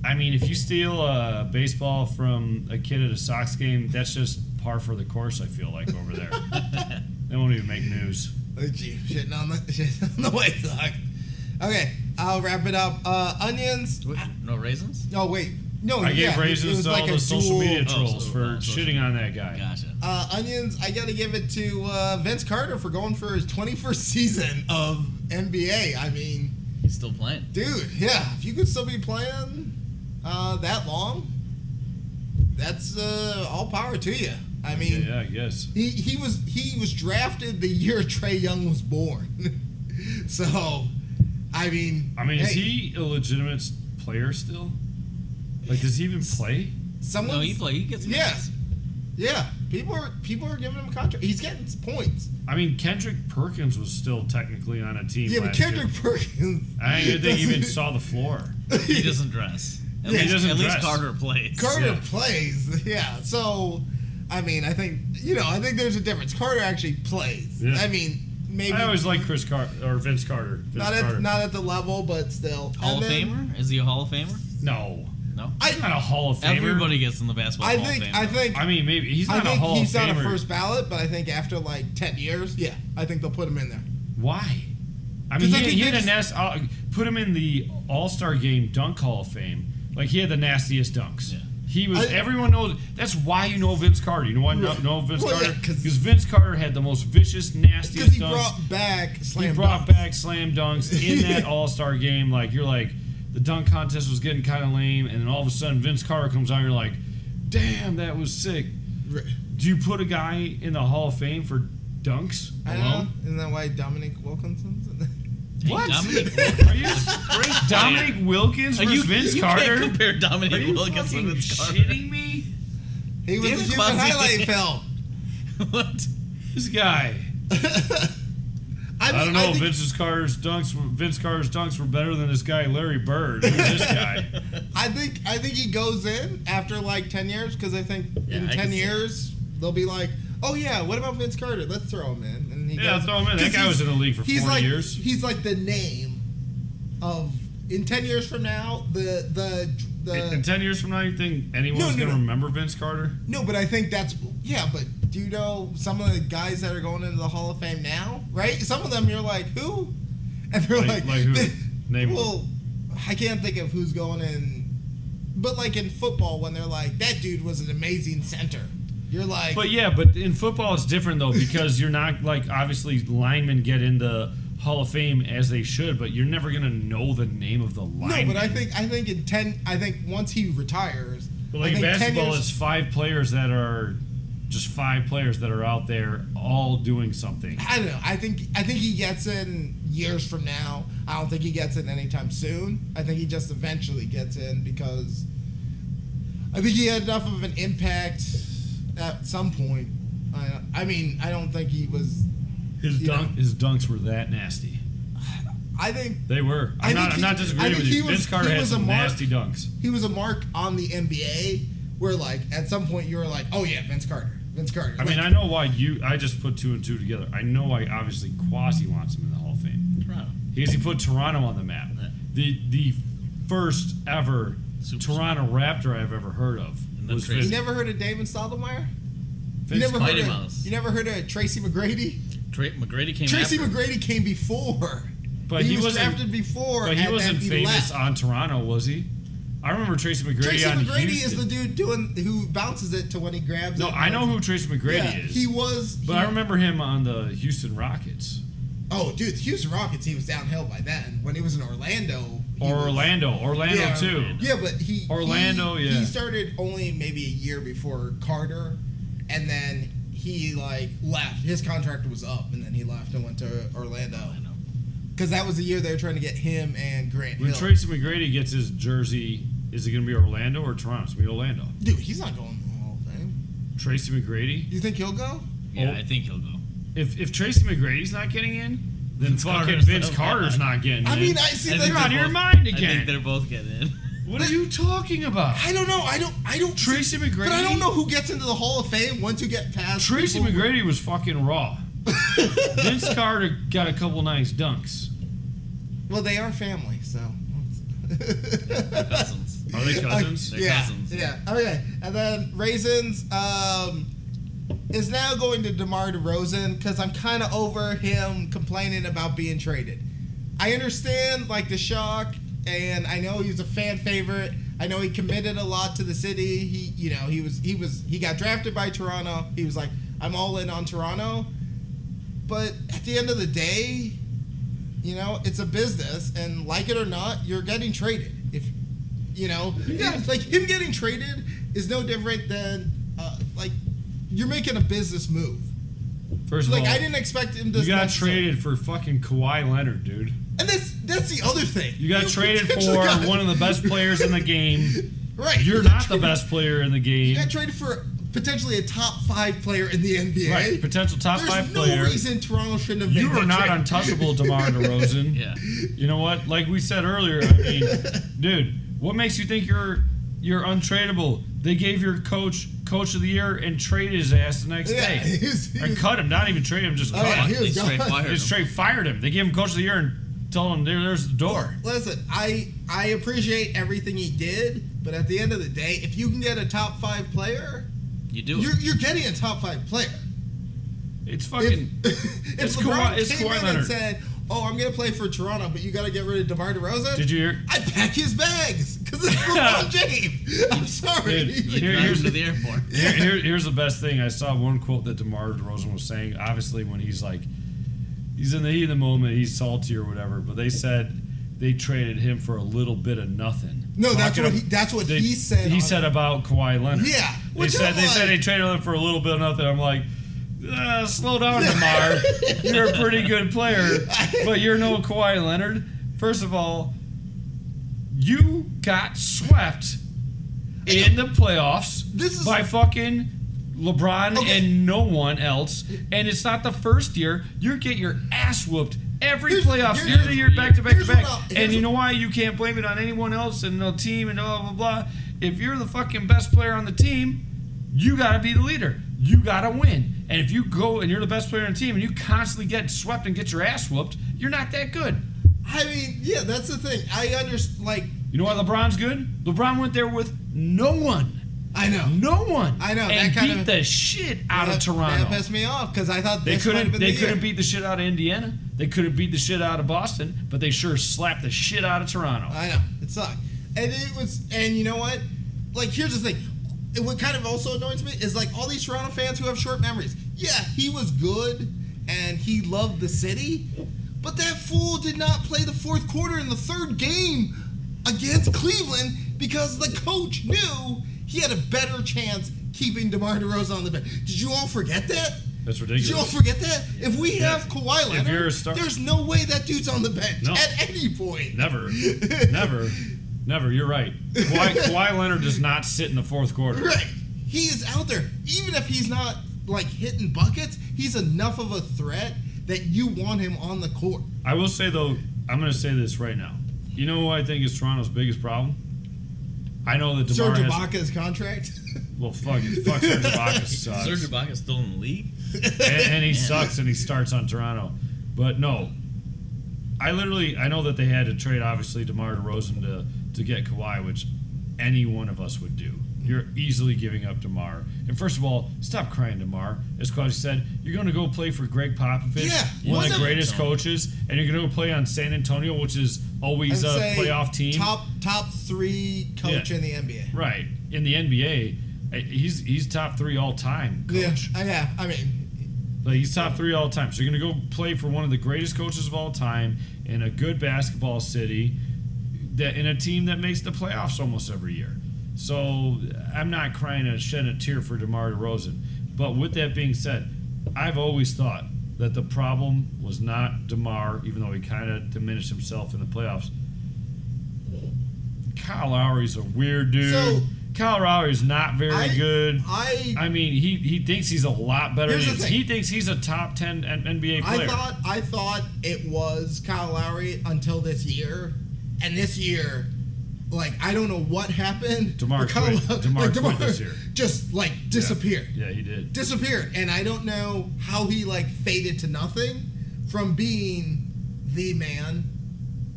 C: I mean, if you steal a baseball from a kid at a Sox game, that's just par for the course. I feel like over there, they won't even make news.
B: Oh, gee, shitting on the shitting on the White Sox. Okay, I'll wrap it up. Uh, onions.
D: Wait, no raisins.
B: Oh wait, No,
C: I gave
B: yeah, it
C: raisins
B: was
C: to
B: like
C: all
B: a
C: the social
B: dual-
C: media
D: Oh,
C: trolls
D: so-
C: for
D: oh, social-
C: shitting on that guy.
D: Gotcha.
B: Uh, onions, I got to give it to uh, Vince Carter for going for his 21st season of NBA. I mean,
D: He's still playing.
B: dude, yeah, if you could still be playing uh, that long, that's uh, all power to you. I mean,
C: Yeah, I guess.
B: he he was he was drafted the year Trey Young was born, so I mean,
C: I mean, is
B: hey,
C: he a legitimate s- player still? Like, does he even play?
B: someone?
D: No, he play. He gets.
B: Yes, yeah. People are people are giving him a contract. He's getting points.
C: I mean, Kendrick Perkins was still technically on a team.
B: Yeah, but
C: last year.
B: Kendrick Perkins.
C: I didn't think he even saw the floor.
D: He doesn't dress. At,
B: Yeah, he
D: least,
C: doesn't
D: at least
C: dress.
D: Carter plays.
B: Carter
C: Yeah.
B: plays, yeah. So, I mean, I think you know, I think there's a difference. Carter actually plays.
C: Yeah.
B: I mean, maybe
C: I always like Chris Carter or Vince Carter. Vince
B: not
C: Carter.
B: at not at the level, but still
D: Hall
B: And
D: of
B: then
D: Famer? Is he a Hall of Famer?
C: no,
D: No.
C: he's not a Hall of Famer.
D: Everybody gets in the basketball
B: I
D: Hall
B: think
D: of Fame.
B: I
D: though.
B: think
C: I mean, maybe he's
B: I
C: not a
B: think
C: Hall
B: he's
C: of
B: not
C: Famer.
B: a first ballot, but I think after like ten years, yeah, I think they'll put him in there.
C: Why? I mean,
B: 'Cause I
C: he,
B: think
C: he
B: they
C: had a
B: just-
C: nasty. Uh, put him in the All Star Game Dunk Hall of Fame. Like he had the nastiest dunks.
D: Yeah.
C: He was.
B: I-
C: everyone knows. That's why you know Vince Carter. You know why you know Vince
B: Well, yeah,
C: Carter?
B: 'cause-
C: Because Vince Carter had the most vicious, nastiest
B: Because he
C: dunks.
B: brought back
C: he
B: slam.
C: brought
B: dunk.
C: back slam dunks in that All Star game. Like you're like the dunk contest was getting kind of lame, and then all of a sudden Vince Carter comes on. You're like, damn, that was sick. Do you put a guy in the Hall of Fame for dunks
B: I don't know.
C: alone?
B: Isn't that why Dominic Wilkinson's? in there?
D: Hey, Dominic,
C: Are you great Dominic Wilkins
D: Are
C: versus
D: you,
C: Vince
D: you
C: Carter?
D: can't compare
C: Are
D: Dominic
C: you
D: Wilkins to
C: fucking
D: Vince Carter.
C: shitting me?
B: He was
D: Damn
B: a
D: it,
B: human
D: Quasi.
B: highlight film.
D: what?
C: This guy.
B: I, mean,
C: I don't know.
B: think-
C: Vince Carter's dunks. Were, Vince Carter's dunks were better than this guy Larry Bird. Who's this guy?
B: I think I think he goes in after like ten years because I think
D: Yeah,
B: in
D: I can
B: ten
D: see
B: years they'll be like, oh yeah, what about Vince Carter? Let's throw him in. And he
C: Yeah,
B: goes,
C: throw him in. That
B: 'cause
C: guy was
B: he's-
C: in the league for
B: he's
C: 40
B: like,
C: years.
B: He's like the name of in ten years from now the the the
C: In ten years from now, you think
B: No,
C: anyone's
B: no,
C: gonna
B: no.
C: remember Vince Carter?
B: no, but I think that's yeah. But do you know some of the guys that are going into the Hall of Fame now? Right, some of them you're like who, and they're like,
C: Like- like who? Name one.
B: Well, I can't think of who's going in, but like in football when they're like that dude was an amazing center. You're like,
C: But yeah, but in football it's different though because you're not like obviously linemen get in the Hall of Fame as they should, but you're never gonna know the name of the
B: no,
C: lineman.
B: but I think I think in ten, I think once he retires,
C: But like
B: I
C: in
B: think 10
C: basketball,
B: years-
C: it's five players that are just five players that are out there all doing something.
B: I don't know. I think I think he gets in years from now. I don't think he gets in anytime soon. I think he just eventually gets in because I think he had enough of an impact at some point. I, I mean, I don't think he was.
C: His
B: You
C: dunk,
B: know.
C: his dunks were that nasty.
B: I think
C: They were.
B: I
C: I'm not,
B: think
C: I'm
B: he-
C: not
B: I
C: disagreeing
B: think
C: with
B: he
C: you.
B: was-
C: Vince Carter
B: he
C: had
B: was a
C: some
B: mark-
C: nasty dunks.
B: he was a mark on the NBA where, like, at some point you were like, oh yeah, Vince Carter, Vince Carter.
C: I mean, I know why you. I just put two and two together. I know why obviously Quasi wants him in the Hall of Fame
D: Toronto.
C: because he put Toronto on the map.
D: Yeah.
C: The the first ever
D: Super-
C: Toronto Raptor I've ever heard of
D: And then
C: was
D: Tracy-
B: you
C: Vince,
B: never heard of Damon Stoudemire? You
C: Vince
B: never
C: Carter.
B: heard
D: Mighty
B: of,
D: Mouse.
B: you never heard of Tracy McGrady?
D: Tra- McGrady came
B: Tracy
D: after.
B: McGrady came before.
C: But
B: he,
C: he
B: was
C: wasn't-
B: drafted before.
C: But
B: and
C: he
B: then
C: wasn't famous
B: left.
C: on Toronto, was he? I remember Tracy McGrady
B: Tracy
C: on
B: McGrady
C: Houston.
B: is the dude doing who bounces it to when he grabs
C: No,
B: it.
C: I know who Tracy McGrady
B: Yeah,
C: is.
B: He was.
C: but
B: he-
C: I remember him on the Houston Rockets
B: Oh, dude, the Houston Rockets. He was downhill by then. When he was in Orlando. he
C: or
B: was-
C: Orlando, Orlando
B: yeah,
C: too.
B: Yeah, but he
C: Orlando,
B: He,
C: yeah.
B: He started only maybe a year before Carter, and then he like left. His contract was up, and then he left and went to Orlando. Because that was the year they were trying to get him and Grant
C: When
B: Hill.
C: Tracy McGrady gets his jersey, is it going to be Orlando or Toronto? It's going to be Orlando.
B: Dude, he's not going to the Hall of Fame.
C: Tracy McGrady.
B: You think he'll go?
D: Yeah,
C: Oh.
D: I think he'll go.
C: If if Tracy McGrady's not getting in, then
D: Vince
C: fucking
D: Carter's
C: Vince
D: not-
C: Carter's not getting
B: I
C: in.
B: mean, I see
D: I
B: that.
D: think
C: you're out
D: they're
C: of your
D: both-
C: mind
D: I think
C: again.
D: they're both getting in.
C: what are you talking about?
B: I don't know. I don't. I don't. see-
C: Tracy
B: But I
C: McGrady?
B: don't know who gets into the Hall of Fame once you get past
C: Tracy
B: people-
C: McGrady was fucking raw. Vince Carter got a couple nice dunks.
B: Well, they are family, so.
D: Cousins.
C: Are they cousins?
D: They're
B: yeah,
D: cousins.
B: yeah. Okay, and then raisins um, is now going to Demar Derozan because I'm kind of over him complaining about being traded. I understand like the shock, and I know he's a fan favorite. I know he committed a lot to the city. He, you know, he was he was he got drafted by Toronto. He was like, I'm all in on Toronto. But at the end of the day, you know, it's a business, and like it or not, you're getting traded. If you know, yeah, like him getting traded is no different than uh, like you're making a business move.
C: First of
B: Like
C: all,
B: I didn't expect him to.
C: you got
B: necessarily-
C: traded for fucking Kawhi Leonard, dude.
B: and that's that's the other thing.
C: You got traded for
B: potentially got-
C: one of the best players in the game.
B: Right,
C: You're
B: you got
C: not the
B: traded-
C: best player in the game.
B: You got traded for potentially a top five player in the NBA.
C: Right, potential top
B: There's
C: five
B: no
C: player.
B: reason Toronto shouldn't have.
C: You
B: made
C: are
B: that
C: not
B: trade.
C: untouchable, DeMar DeRozan.
D: Yeah.
C: You know what? Like we said earlier, I mean, dude, what makes you think you're you're untradeable? They gave your coach coach of the year and traded his ass the next
B: Yeah,
C: day.
B: he's-
C: and cut him, not even trade him, just
B: Oh,
C: cut
B: yeah,
C: him.
B: he
D: They
B: was
D: straight
B: gone.
D: fired
C: They
D: him.
C: just straight fired him. They gave him coach of the year and told him there, there's the door.
B: Listen, I I appreciate everything he did, but at the end of the day, if you can get a top five player,
D: You do
B: you're
D: it.
B: you're getting a top five player.
C: It's
B: If,
C: fucking
B: if
C: it's
B: LeBron
C: Kawhi- it's
B: came
C: Kawhi
B: in and
C: Leonard.
B: said, "Oh, I'm gonna play for Toronto, but you gotta get rid of DeMar DeRozan,"
C: Did you hear?
B: I'd pack his bags because it's LeBron James. I'm sorry.
C: Dude,
D: You
C: Here-
D: drive
C: here's
D: him to the airport.
C: Here, here- here's the best thing. I saw one quote that DeMar DeRozan was saying. Obviously, when he's like, he's in the heat of the moment, he's salty or whatever. But they said they traded him for a little bit of nothing.
B: No, that's
C: Talking
B: what
C: ab-
B: he- that's what
C: they-
B: he said
C: He
B: on-
C: said about Kawhi Leonard.
B: Yeah,
C: they
B: which
C: said
B: I'm
C: they said
B: like-
C: they traded him for a little bit of nothing. I'm like. Uh, slow down, Demar. you're a pretty good player, but you're no Kawhi Leonard. First of all, you got swept in the playoffs
B: This is-
C: by fucking LeBron
B: Okay.
C: and no one else. And it's not the first year. You get your ass whooped every
B: Here's-
C: playoffs,
B: here's-
C: year to year, back to back to
B: here's what
C: back.
B: I'll- here's
C: And you
B: what-
C: know why? You can't blame it on anyone else and the team and blah, blah, blah. If you're the fucking best player on the team, you got to be the leader. You got to win. And if you go and you're the best player on the team and you constantly get swept and get your ass whooped, you're not that good.
B: I mean, yeah, that's the thing. I understand. Like,
C: You know why LeBron's good? LeBron went there with no one.
B: I know.
C: No one.
B: I know,
C: And
B: that kind
C: beat
B: of-
C: the shit out
B: that,
C: of Toronto.
B: That pissed me off because I thought
C: they
B: this might have
C: couldn't.
B: been
C: They
B: the
C: couldn't
B: year.
C: beat the shit out of Indiana. They couldn't beat the shit out of Boston. But they sure slapped the shit out of Toronto.
B: I know it sucked, and it was. And you know what? Like, here's the thing. And What kind of also annoys me is like all these Toronto fans who have short memories. Yeah, he was good, and he loved the city, but that fool did not play the fourth quarter in the third game against Cleveland because the coach knew he had a better chance keeping DeMar DeRozan on the bench. Did you all forget that?
C: That's
B: Did you all
C: ridiculous.
B: forget that? If we have Kawhi Leonard,
C: you're a star-
B: there's no way that dude's on the bench
C: No.
B: at any point.
C: Never, never, never. You're right. Kawhi, Kawhi Leonard does not sit in the fourth quarter.
B: Right. He is out there. Even if he's not like hitting buckets, he's enough of a threat that you want him on the court.
C: I will say though, I'm going to say this right now. You know who I think is Toronto's biggest problem? I know that Demar
B: Serge
C: has.
B: Ibaka's contract.
C: Well, fuck, fuck Serge Ibaka sucks.
D: Serge Ibaka's still in the league.
C: and, and he sucks and he starts on Toronto. But no, I literally I know that they had to trade obviously DeMar DeRozan to to get Kawhi, which any one of us would do. You're easily giving up DeMar. And first of all, stop crying, DeMar. As Claudio said, you're going to go play for Greg Popovich,
B: Yeah,
C: one of the
B: wasn't-
C: greatest coaches, and you're going to go play on San Antonio, which is always
B: I'd
C: a
B: say
C: playoff team.
B: Top top three coach
C: Yeah.
B: in the NBA.
C: Right. In the NBA, eh, he's he's top 3 all time coach.
B: Yeah, I- yeah. I mean,
C: Like he's top three all time. So you're gonna go play for one of the greatest coaches of all time in a good basketball city, that in a team that makes the playoffs almost every year. So I'm not crying a shed a tear for DeMar DeRozan. But with that being said, I've always thought that the problem was not DeMar, even though he kind of diminished himself in the playoffs. Kyle Lowry's a weird dude.
B: So-
C: Kyle Lowry's not very
B: I-
C: good.
B: I
C: I mean, he, he thinks he's a lot better.
B: Here's the
C: than he is.
B: thing.
C: He thinks he's a top ten N- NBA player.
B: I thought I thought it was Kyle Lowry until this year, and this year, like I don't know what happened.
C: DeMar
B: but Kyle
C: quit.
B: Low-
C: DeMar quit this year.
B: just like disappeared,
C: yeah, he did.
B: disappeared, and I don't know how he like faded to nothing from being the man.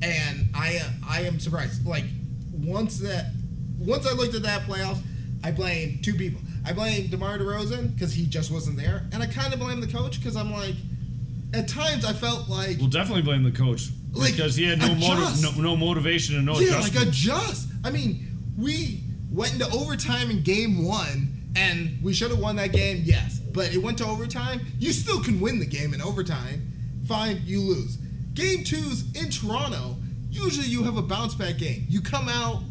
B: And I uh, I am surprised. Like once that once I looked at that playoffs, I blame two people. I blame DeMar DeRozan because he just wasn't there, and I kind of blame the coach because I'm like, at times I felt like
C: We'll definitely blame the coach
B: Like,
C: because he had no, motiv-
B: adjust.
C: no no motivation and no
B: yeah, like
C: adjustment.
B: adjust. I mean, We went into overtime in game one, and we should have won that game, yes. But it went to overtime. You still can win the game in overtime. Fine, you lose. Game two's in Toronto. Usually you have a bounce back game. You come out,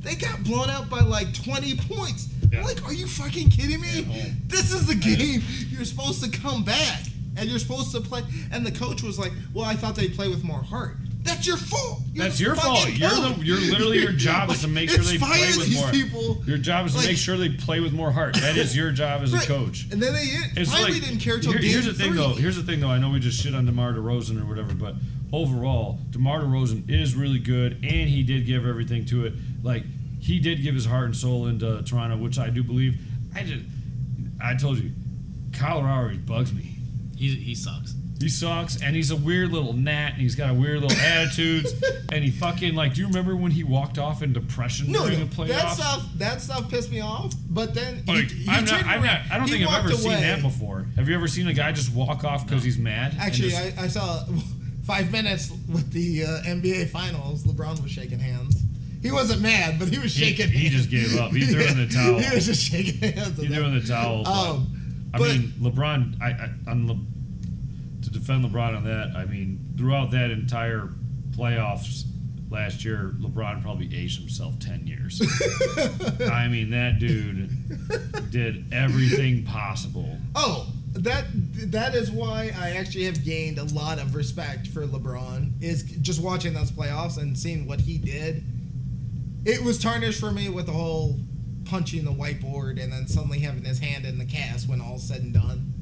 B: they got blown out by like 20 points.
C: Yeah.
B: Like, are you fucking kidding me?
C: home.
B: This is the game. You're supposed to come back and you're supposed to play. And the coach was like, "Well, I thought they'd play with more heart." That's your fault. You're
C: That's
B: the
C: your fault.
B: fucking
C: You're
B: coach.
C: the- you're literally- your job is to make sure
B: It's
C: they play
B: fire
C: with
B: these
C: more-
B: people.
C: Your job is to
B: Like-
C: make sure they play with more heart. That is your job as a
B: Right.
C: coach.
B: And then they
C: It's
B: finally
C: like,
B: didn't care till
C: here-
B: game
C: Here's the thing,
B: three.
C: though. Here's the thing, though. I know we just shit on Demar Derozan or whatever, but overall, Demar Derozan is really good, and he did give everything to it. Like he did give his heart and soul into Toronto, which I do believe. I just, I told you, Kyle Lowry bugs me.
D: He, he sucks.
C: He sucks, and he's a weird little gnat, and he's got a weird little attitudes, and he fucking like. Do you remember when he walked off in depression
B: no,
C: during
B: no,
C: the playoffs?
B: that stuff that stuff pissed me off. But then he,
C: Like,
B: he
C: I'm not,
B: turned
C: I'm not,
B: around.
C: I don't
B: He
C: think I've ever
B: walked
C: seen
B: away.
C: that before. Have you ever seen a guy just walk off because he's mad? and
B: Actually,
C: just-
B: I, I saw five minutes with the uh, NBA Finals. LeBron was shaking hands. He wasn't mad, but he was
C: He-
B: shaking.
C: he
B: hands.
C: just gave up. He threw in the towel.
B: He was just shaking hands.
C: He threw in the towel. but-
B: Um,
C: I
B: but-
C: mean, LeBron. I, I on Le, to defend LeBron on that. I mean, throughout that entire playoffs last year, LeBron probably aged himself ten years. I mean, that dude did everything possible.
B: Oh, that that is why I actually have gained a lot of respect for LeBron. Is just watching those playoffs and seeing what he did. It was tarnished for me with the whole punching the whiteboard and then suddenly having his hand in the cast when all's said and done.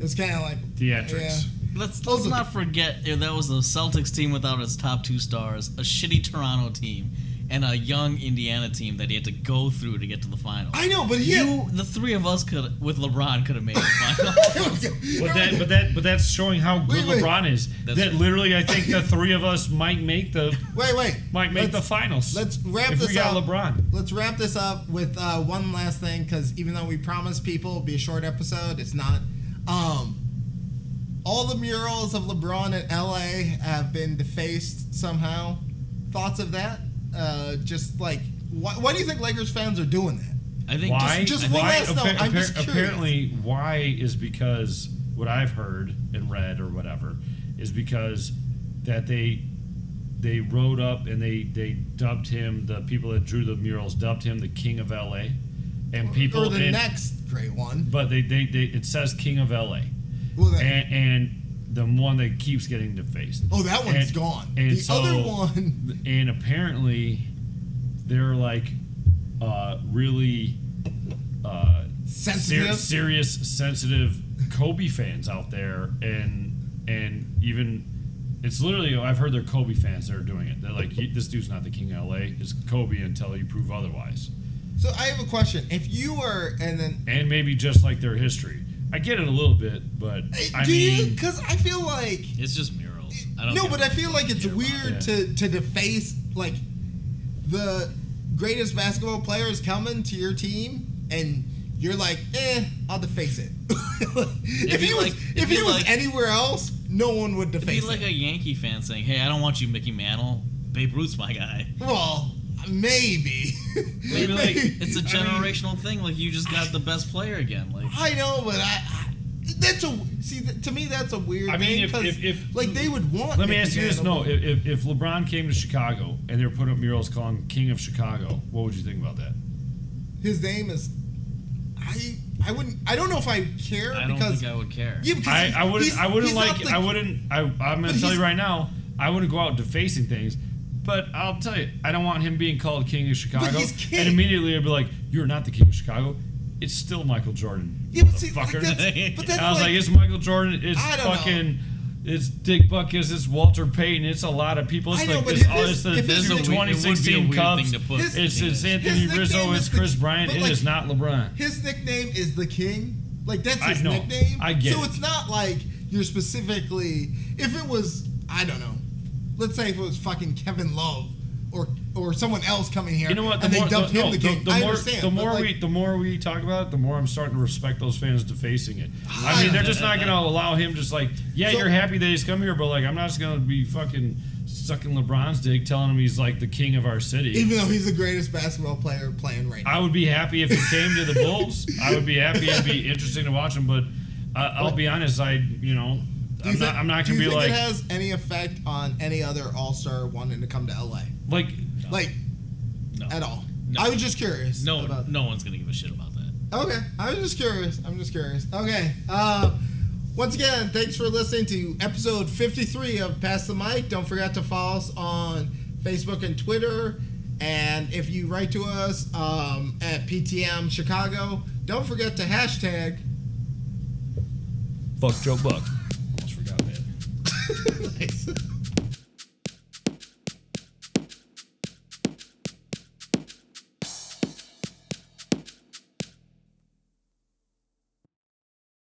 B: It's kind of like
C: Hmm. Theatrics.
D: Let's, let's
B: Also-
D: not forget eh, that was the Celtics team without its top two stars, a shitty Toronto team, and a young Indiana team that he had to go through to get to the finals.
B: I know, but he.
D: you, the three of us could, with LeBron, could have made the finals.
C: But that, but that, but that's showing how good
B: Wait, wait.
C: LeBron is.
D: That's-
C: that literally, I think the three of us might make the
B: wait, wait.
C: might make the
B: Let's-
C: finals.
B: let's wrap
C: if
B: this
C: we got
B: up.
C: LeBron.
B: Let's wrap this up with uh, one last thing because even though we promised people it'd be a short episode, it's not. Um, all the murals of LeBron in LA have been defaced somehow. Thoughts of that? Uh, just like, why, why do you think Lakers fans are doing that?
D: I think
C: why?
B: just one
D: I think-
C: why?
B: last note, I'm just curious.
C: apparently, why is because what I've heard and read or whatever is because that they they wrote up and they they dubbed him the people that drew the murals dubbed him the king of L.A. and people
B: Or the
C: in-
B: next great one?
C: but they, they they it says king of L.A.
B: Well, that-
C: and, and the one that keeps getting defaced.
B: Oh, that one's
C: And-
B: gone.
C: and
B: The
C: so-
B: other one-
C: And apparently, they're like uh, really uh, ser-
B: Sensitive?
C: serious, sensitive Kobe fans out there, and and even it's literally I've heard they're Kobe fans that are doing it. They're like, "He- this dude's not the king of LA. It's Kobe until you prove otherwise.
B: So I have a question. If you were, and then
C: And maybe just like their history, I get it a little bit, but I
B: do you?
C: mean,
B: Because I feel like
D: It's just murals. I don't
B: no,
D: give
B: but
D: a
B: I feel like it's
D: fucking care
B: weird
C: Yeah.
B: to to deface like the greatest basketball player is coming to your team, and you're like, eh, I'll deface it. if
D: It'd be
B: he was
D: like-
B: if
D: it'd be
B: he was
D: like-
B: anywhere else, no one would
D: about it.
B: deface
D: Be like
B: it.
D: a Yankee fan saying, "Hey, I don't want you, Mickey Mantle. Babe Ruth's my guy."
B: well, maybe.
C: Maybe like-
D: It's a
C: I mean-
D: generational thing. Like you just got the best player again. Like
B: I know, but I. I that's a see th- to me. That's a weird.
C: I mean,
B: thing,
C: if-
B: 'cause,
C: if- if-
B: like they would want.
C: Let me
B: Nick
C: ask you this:
B: Mantle.
C: No, if, if, if LeBron came to Chicago and they were putting up murals calling him King of Chicago, what would you think about that?
B: his name is. I I wouldn't. I don't know if I care
D: I don't
B: because
D: think I would care.
B: Yeah, because
C: I, I
B: he's-
C: wouldn't. I wouldn't
B: he's not
C: like.
B: the-
C: I wouldn't. I, I'm going
B: But
C: to tell
B: he's-
C: you right now. I wouldn't go out defacing things. But I'll tell you, I don't want him being called King of Chicago.
B: he's king.
C: And immediately I'd be like, "You're not the King of Chicago. It's still Michael Jordan."
B: Yeah, but see, like,
C: motherfucker."
B: that's- but that's
C: I was like,
B: like-
C: "It's Michael Jordan. It's
B: I don't know.
C: fucking." It's Dick Buckus. It's Walter Payton. It's a lot of people. It's
B: I know,
C: like
B: but
C: it's,
B: if
C: all-
B: his-
C: it's the,
B: if his
C: it's the
B: nickname-
D: it would be a
C: 2016
D: weird thing
C: Cubs.
D: to put
B: His-
D: the
C: It's,
D: king
C: it's
D: as.
C: Anthony
B: nickname
C: Rizzo.
B: is
C: It's
B: the-
C: Chris Bryant.
B: but,
C: It
B: like-
C: is not LeBron.
B: his nickname is the king. Like that's
C: I
B: his
C: know.
B: nickname.
C: I get
B: So
C: it.
B: it's not like you're specifically. If it was, I don't know. Let's say if it was fucking Kevin Love or or someone else coming here.
C: You know what? The
B: and
C: more,
B: they dumped
C: the,
B: him
C: no,
B: the
C: the-
B: king.
C: the
B: I
C: more,
B: understand.
C: the
B: but,
C: more
B: like,
C: we, the more we talk about it, the more I'm starting to respect those fans defacing it. I mean, they're just not going to allow him. Just like, yeah,
B: Ah. So-
C: you're happy that he's come here, but like, I'm not just going to be fucking sucking LeBron's dick, telling him he's like the king of our city.
B: even though he's the greatest basketball player playing right now.
C: I would be happy if it came to the Bulls. I would be happy. It'd be interesting to watch them, but I I'll be honest. I, you know,
B: Do
C: I'm
B: you
C: not.
B: thi-
C: I'm not
B: do
C: gonna
B: you
C: be
B: think
C: like
B: it has any effect on any other All Star wanting to come to LA,
C: like.
B: like
D: No.
B: at all?
D: No.
B: I was just curious.
D: No,
B: about
D: no one's gonna give a shit about that.
B: Okay, I was just curious. I'm just curious. Okay. Uh, once again, thanks for listening to episode 53 of Pass the Mic. Don't forget to follow us on Facebook and Twitter. And if you write to us um, at PTM Chicago, don't forget to hashtag.
C: Fuck Joe Buck. Almost forgot that.
B: Nice.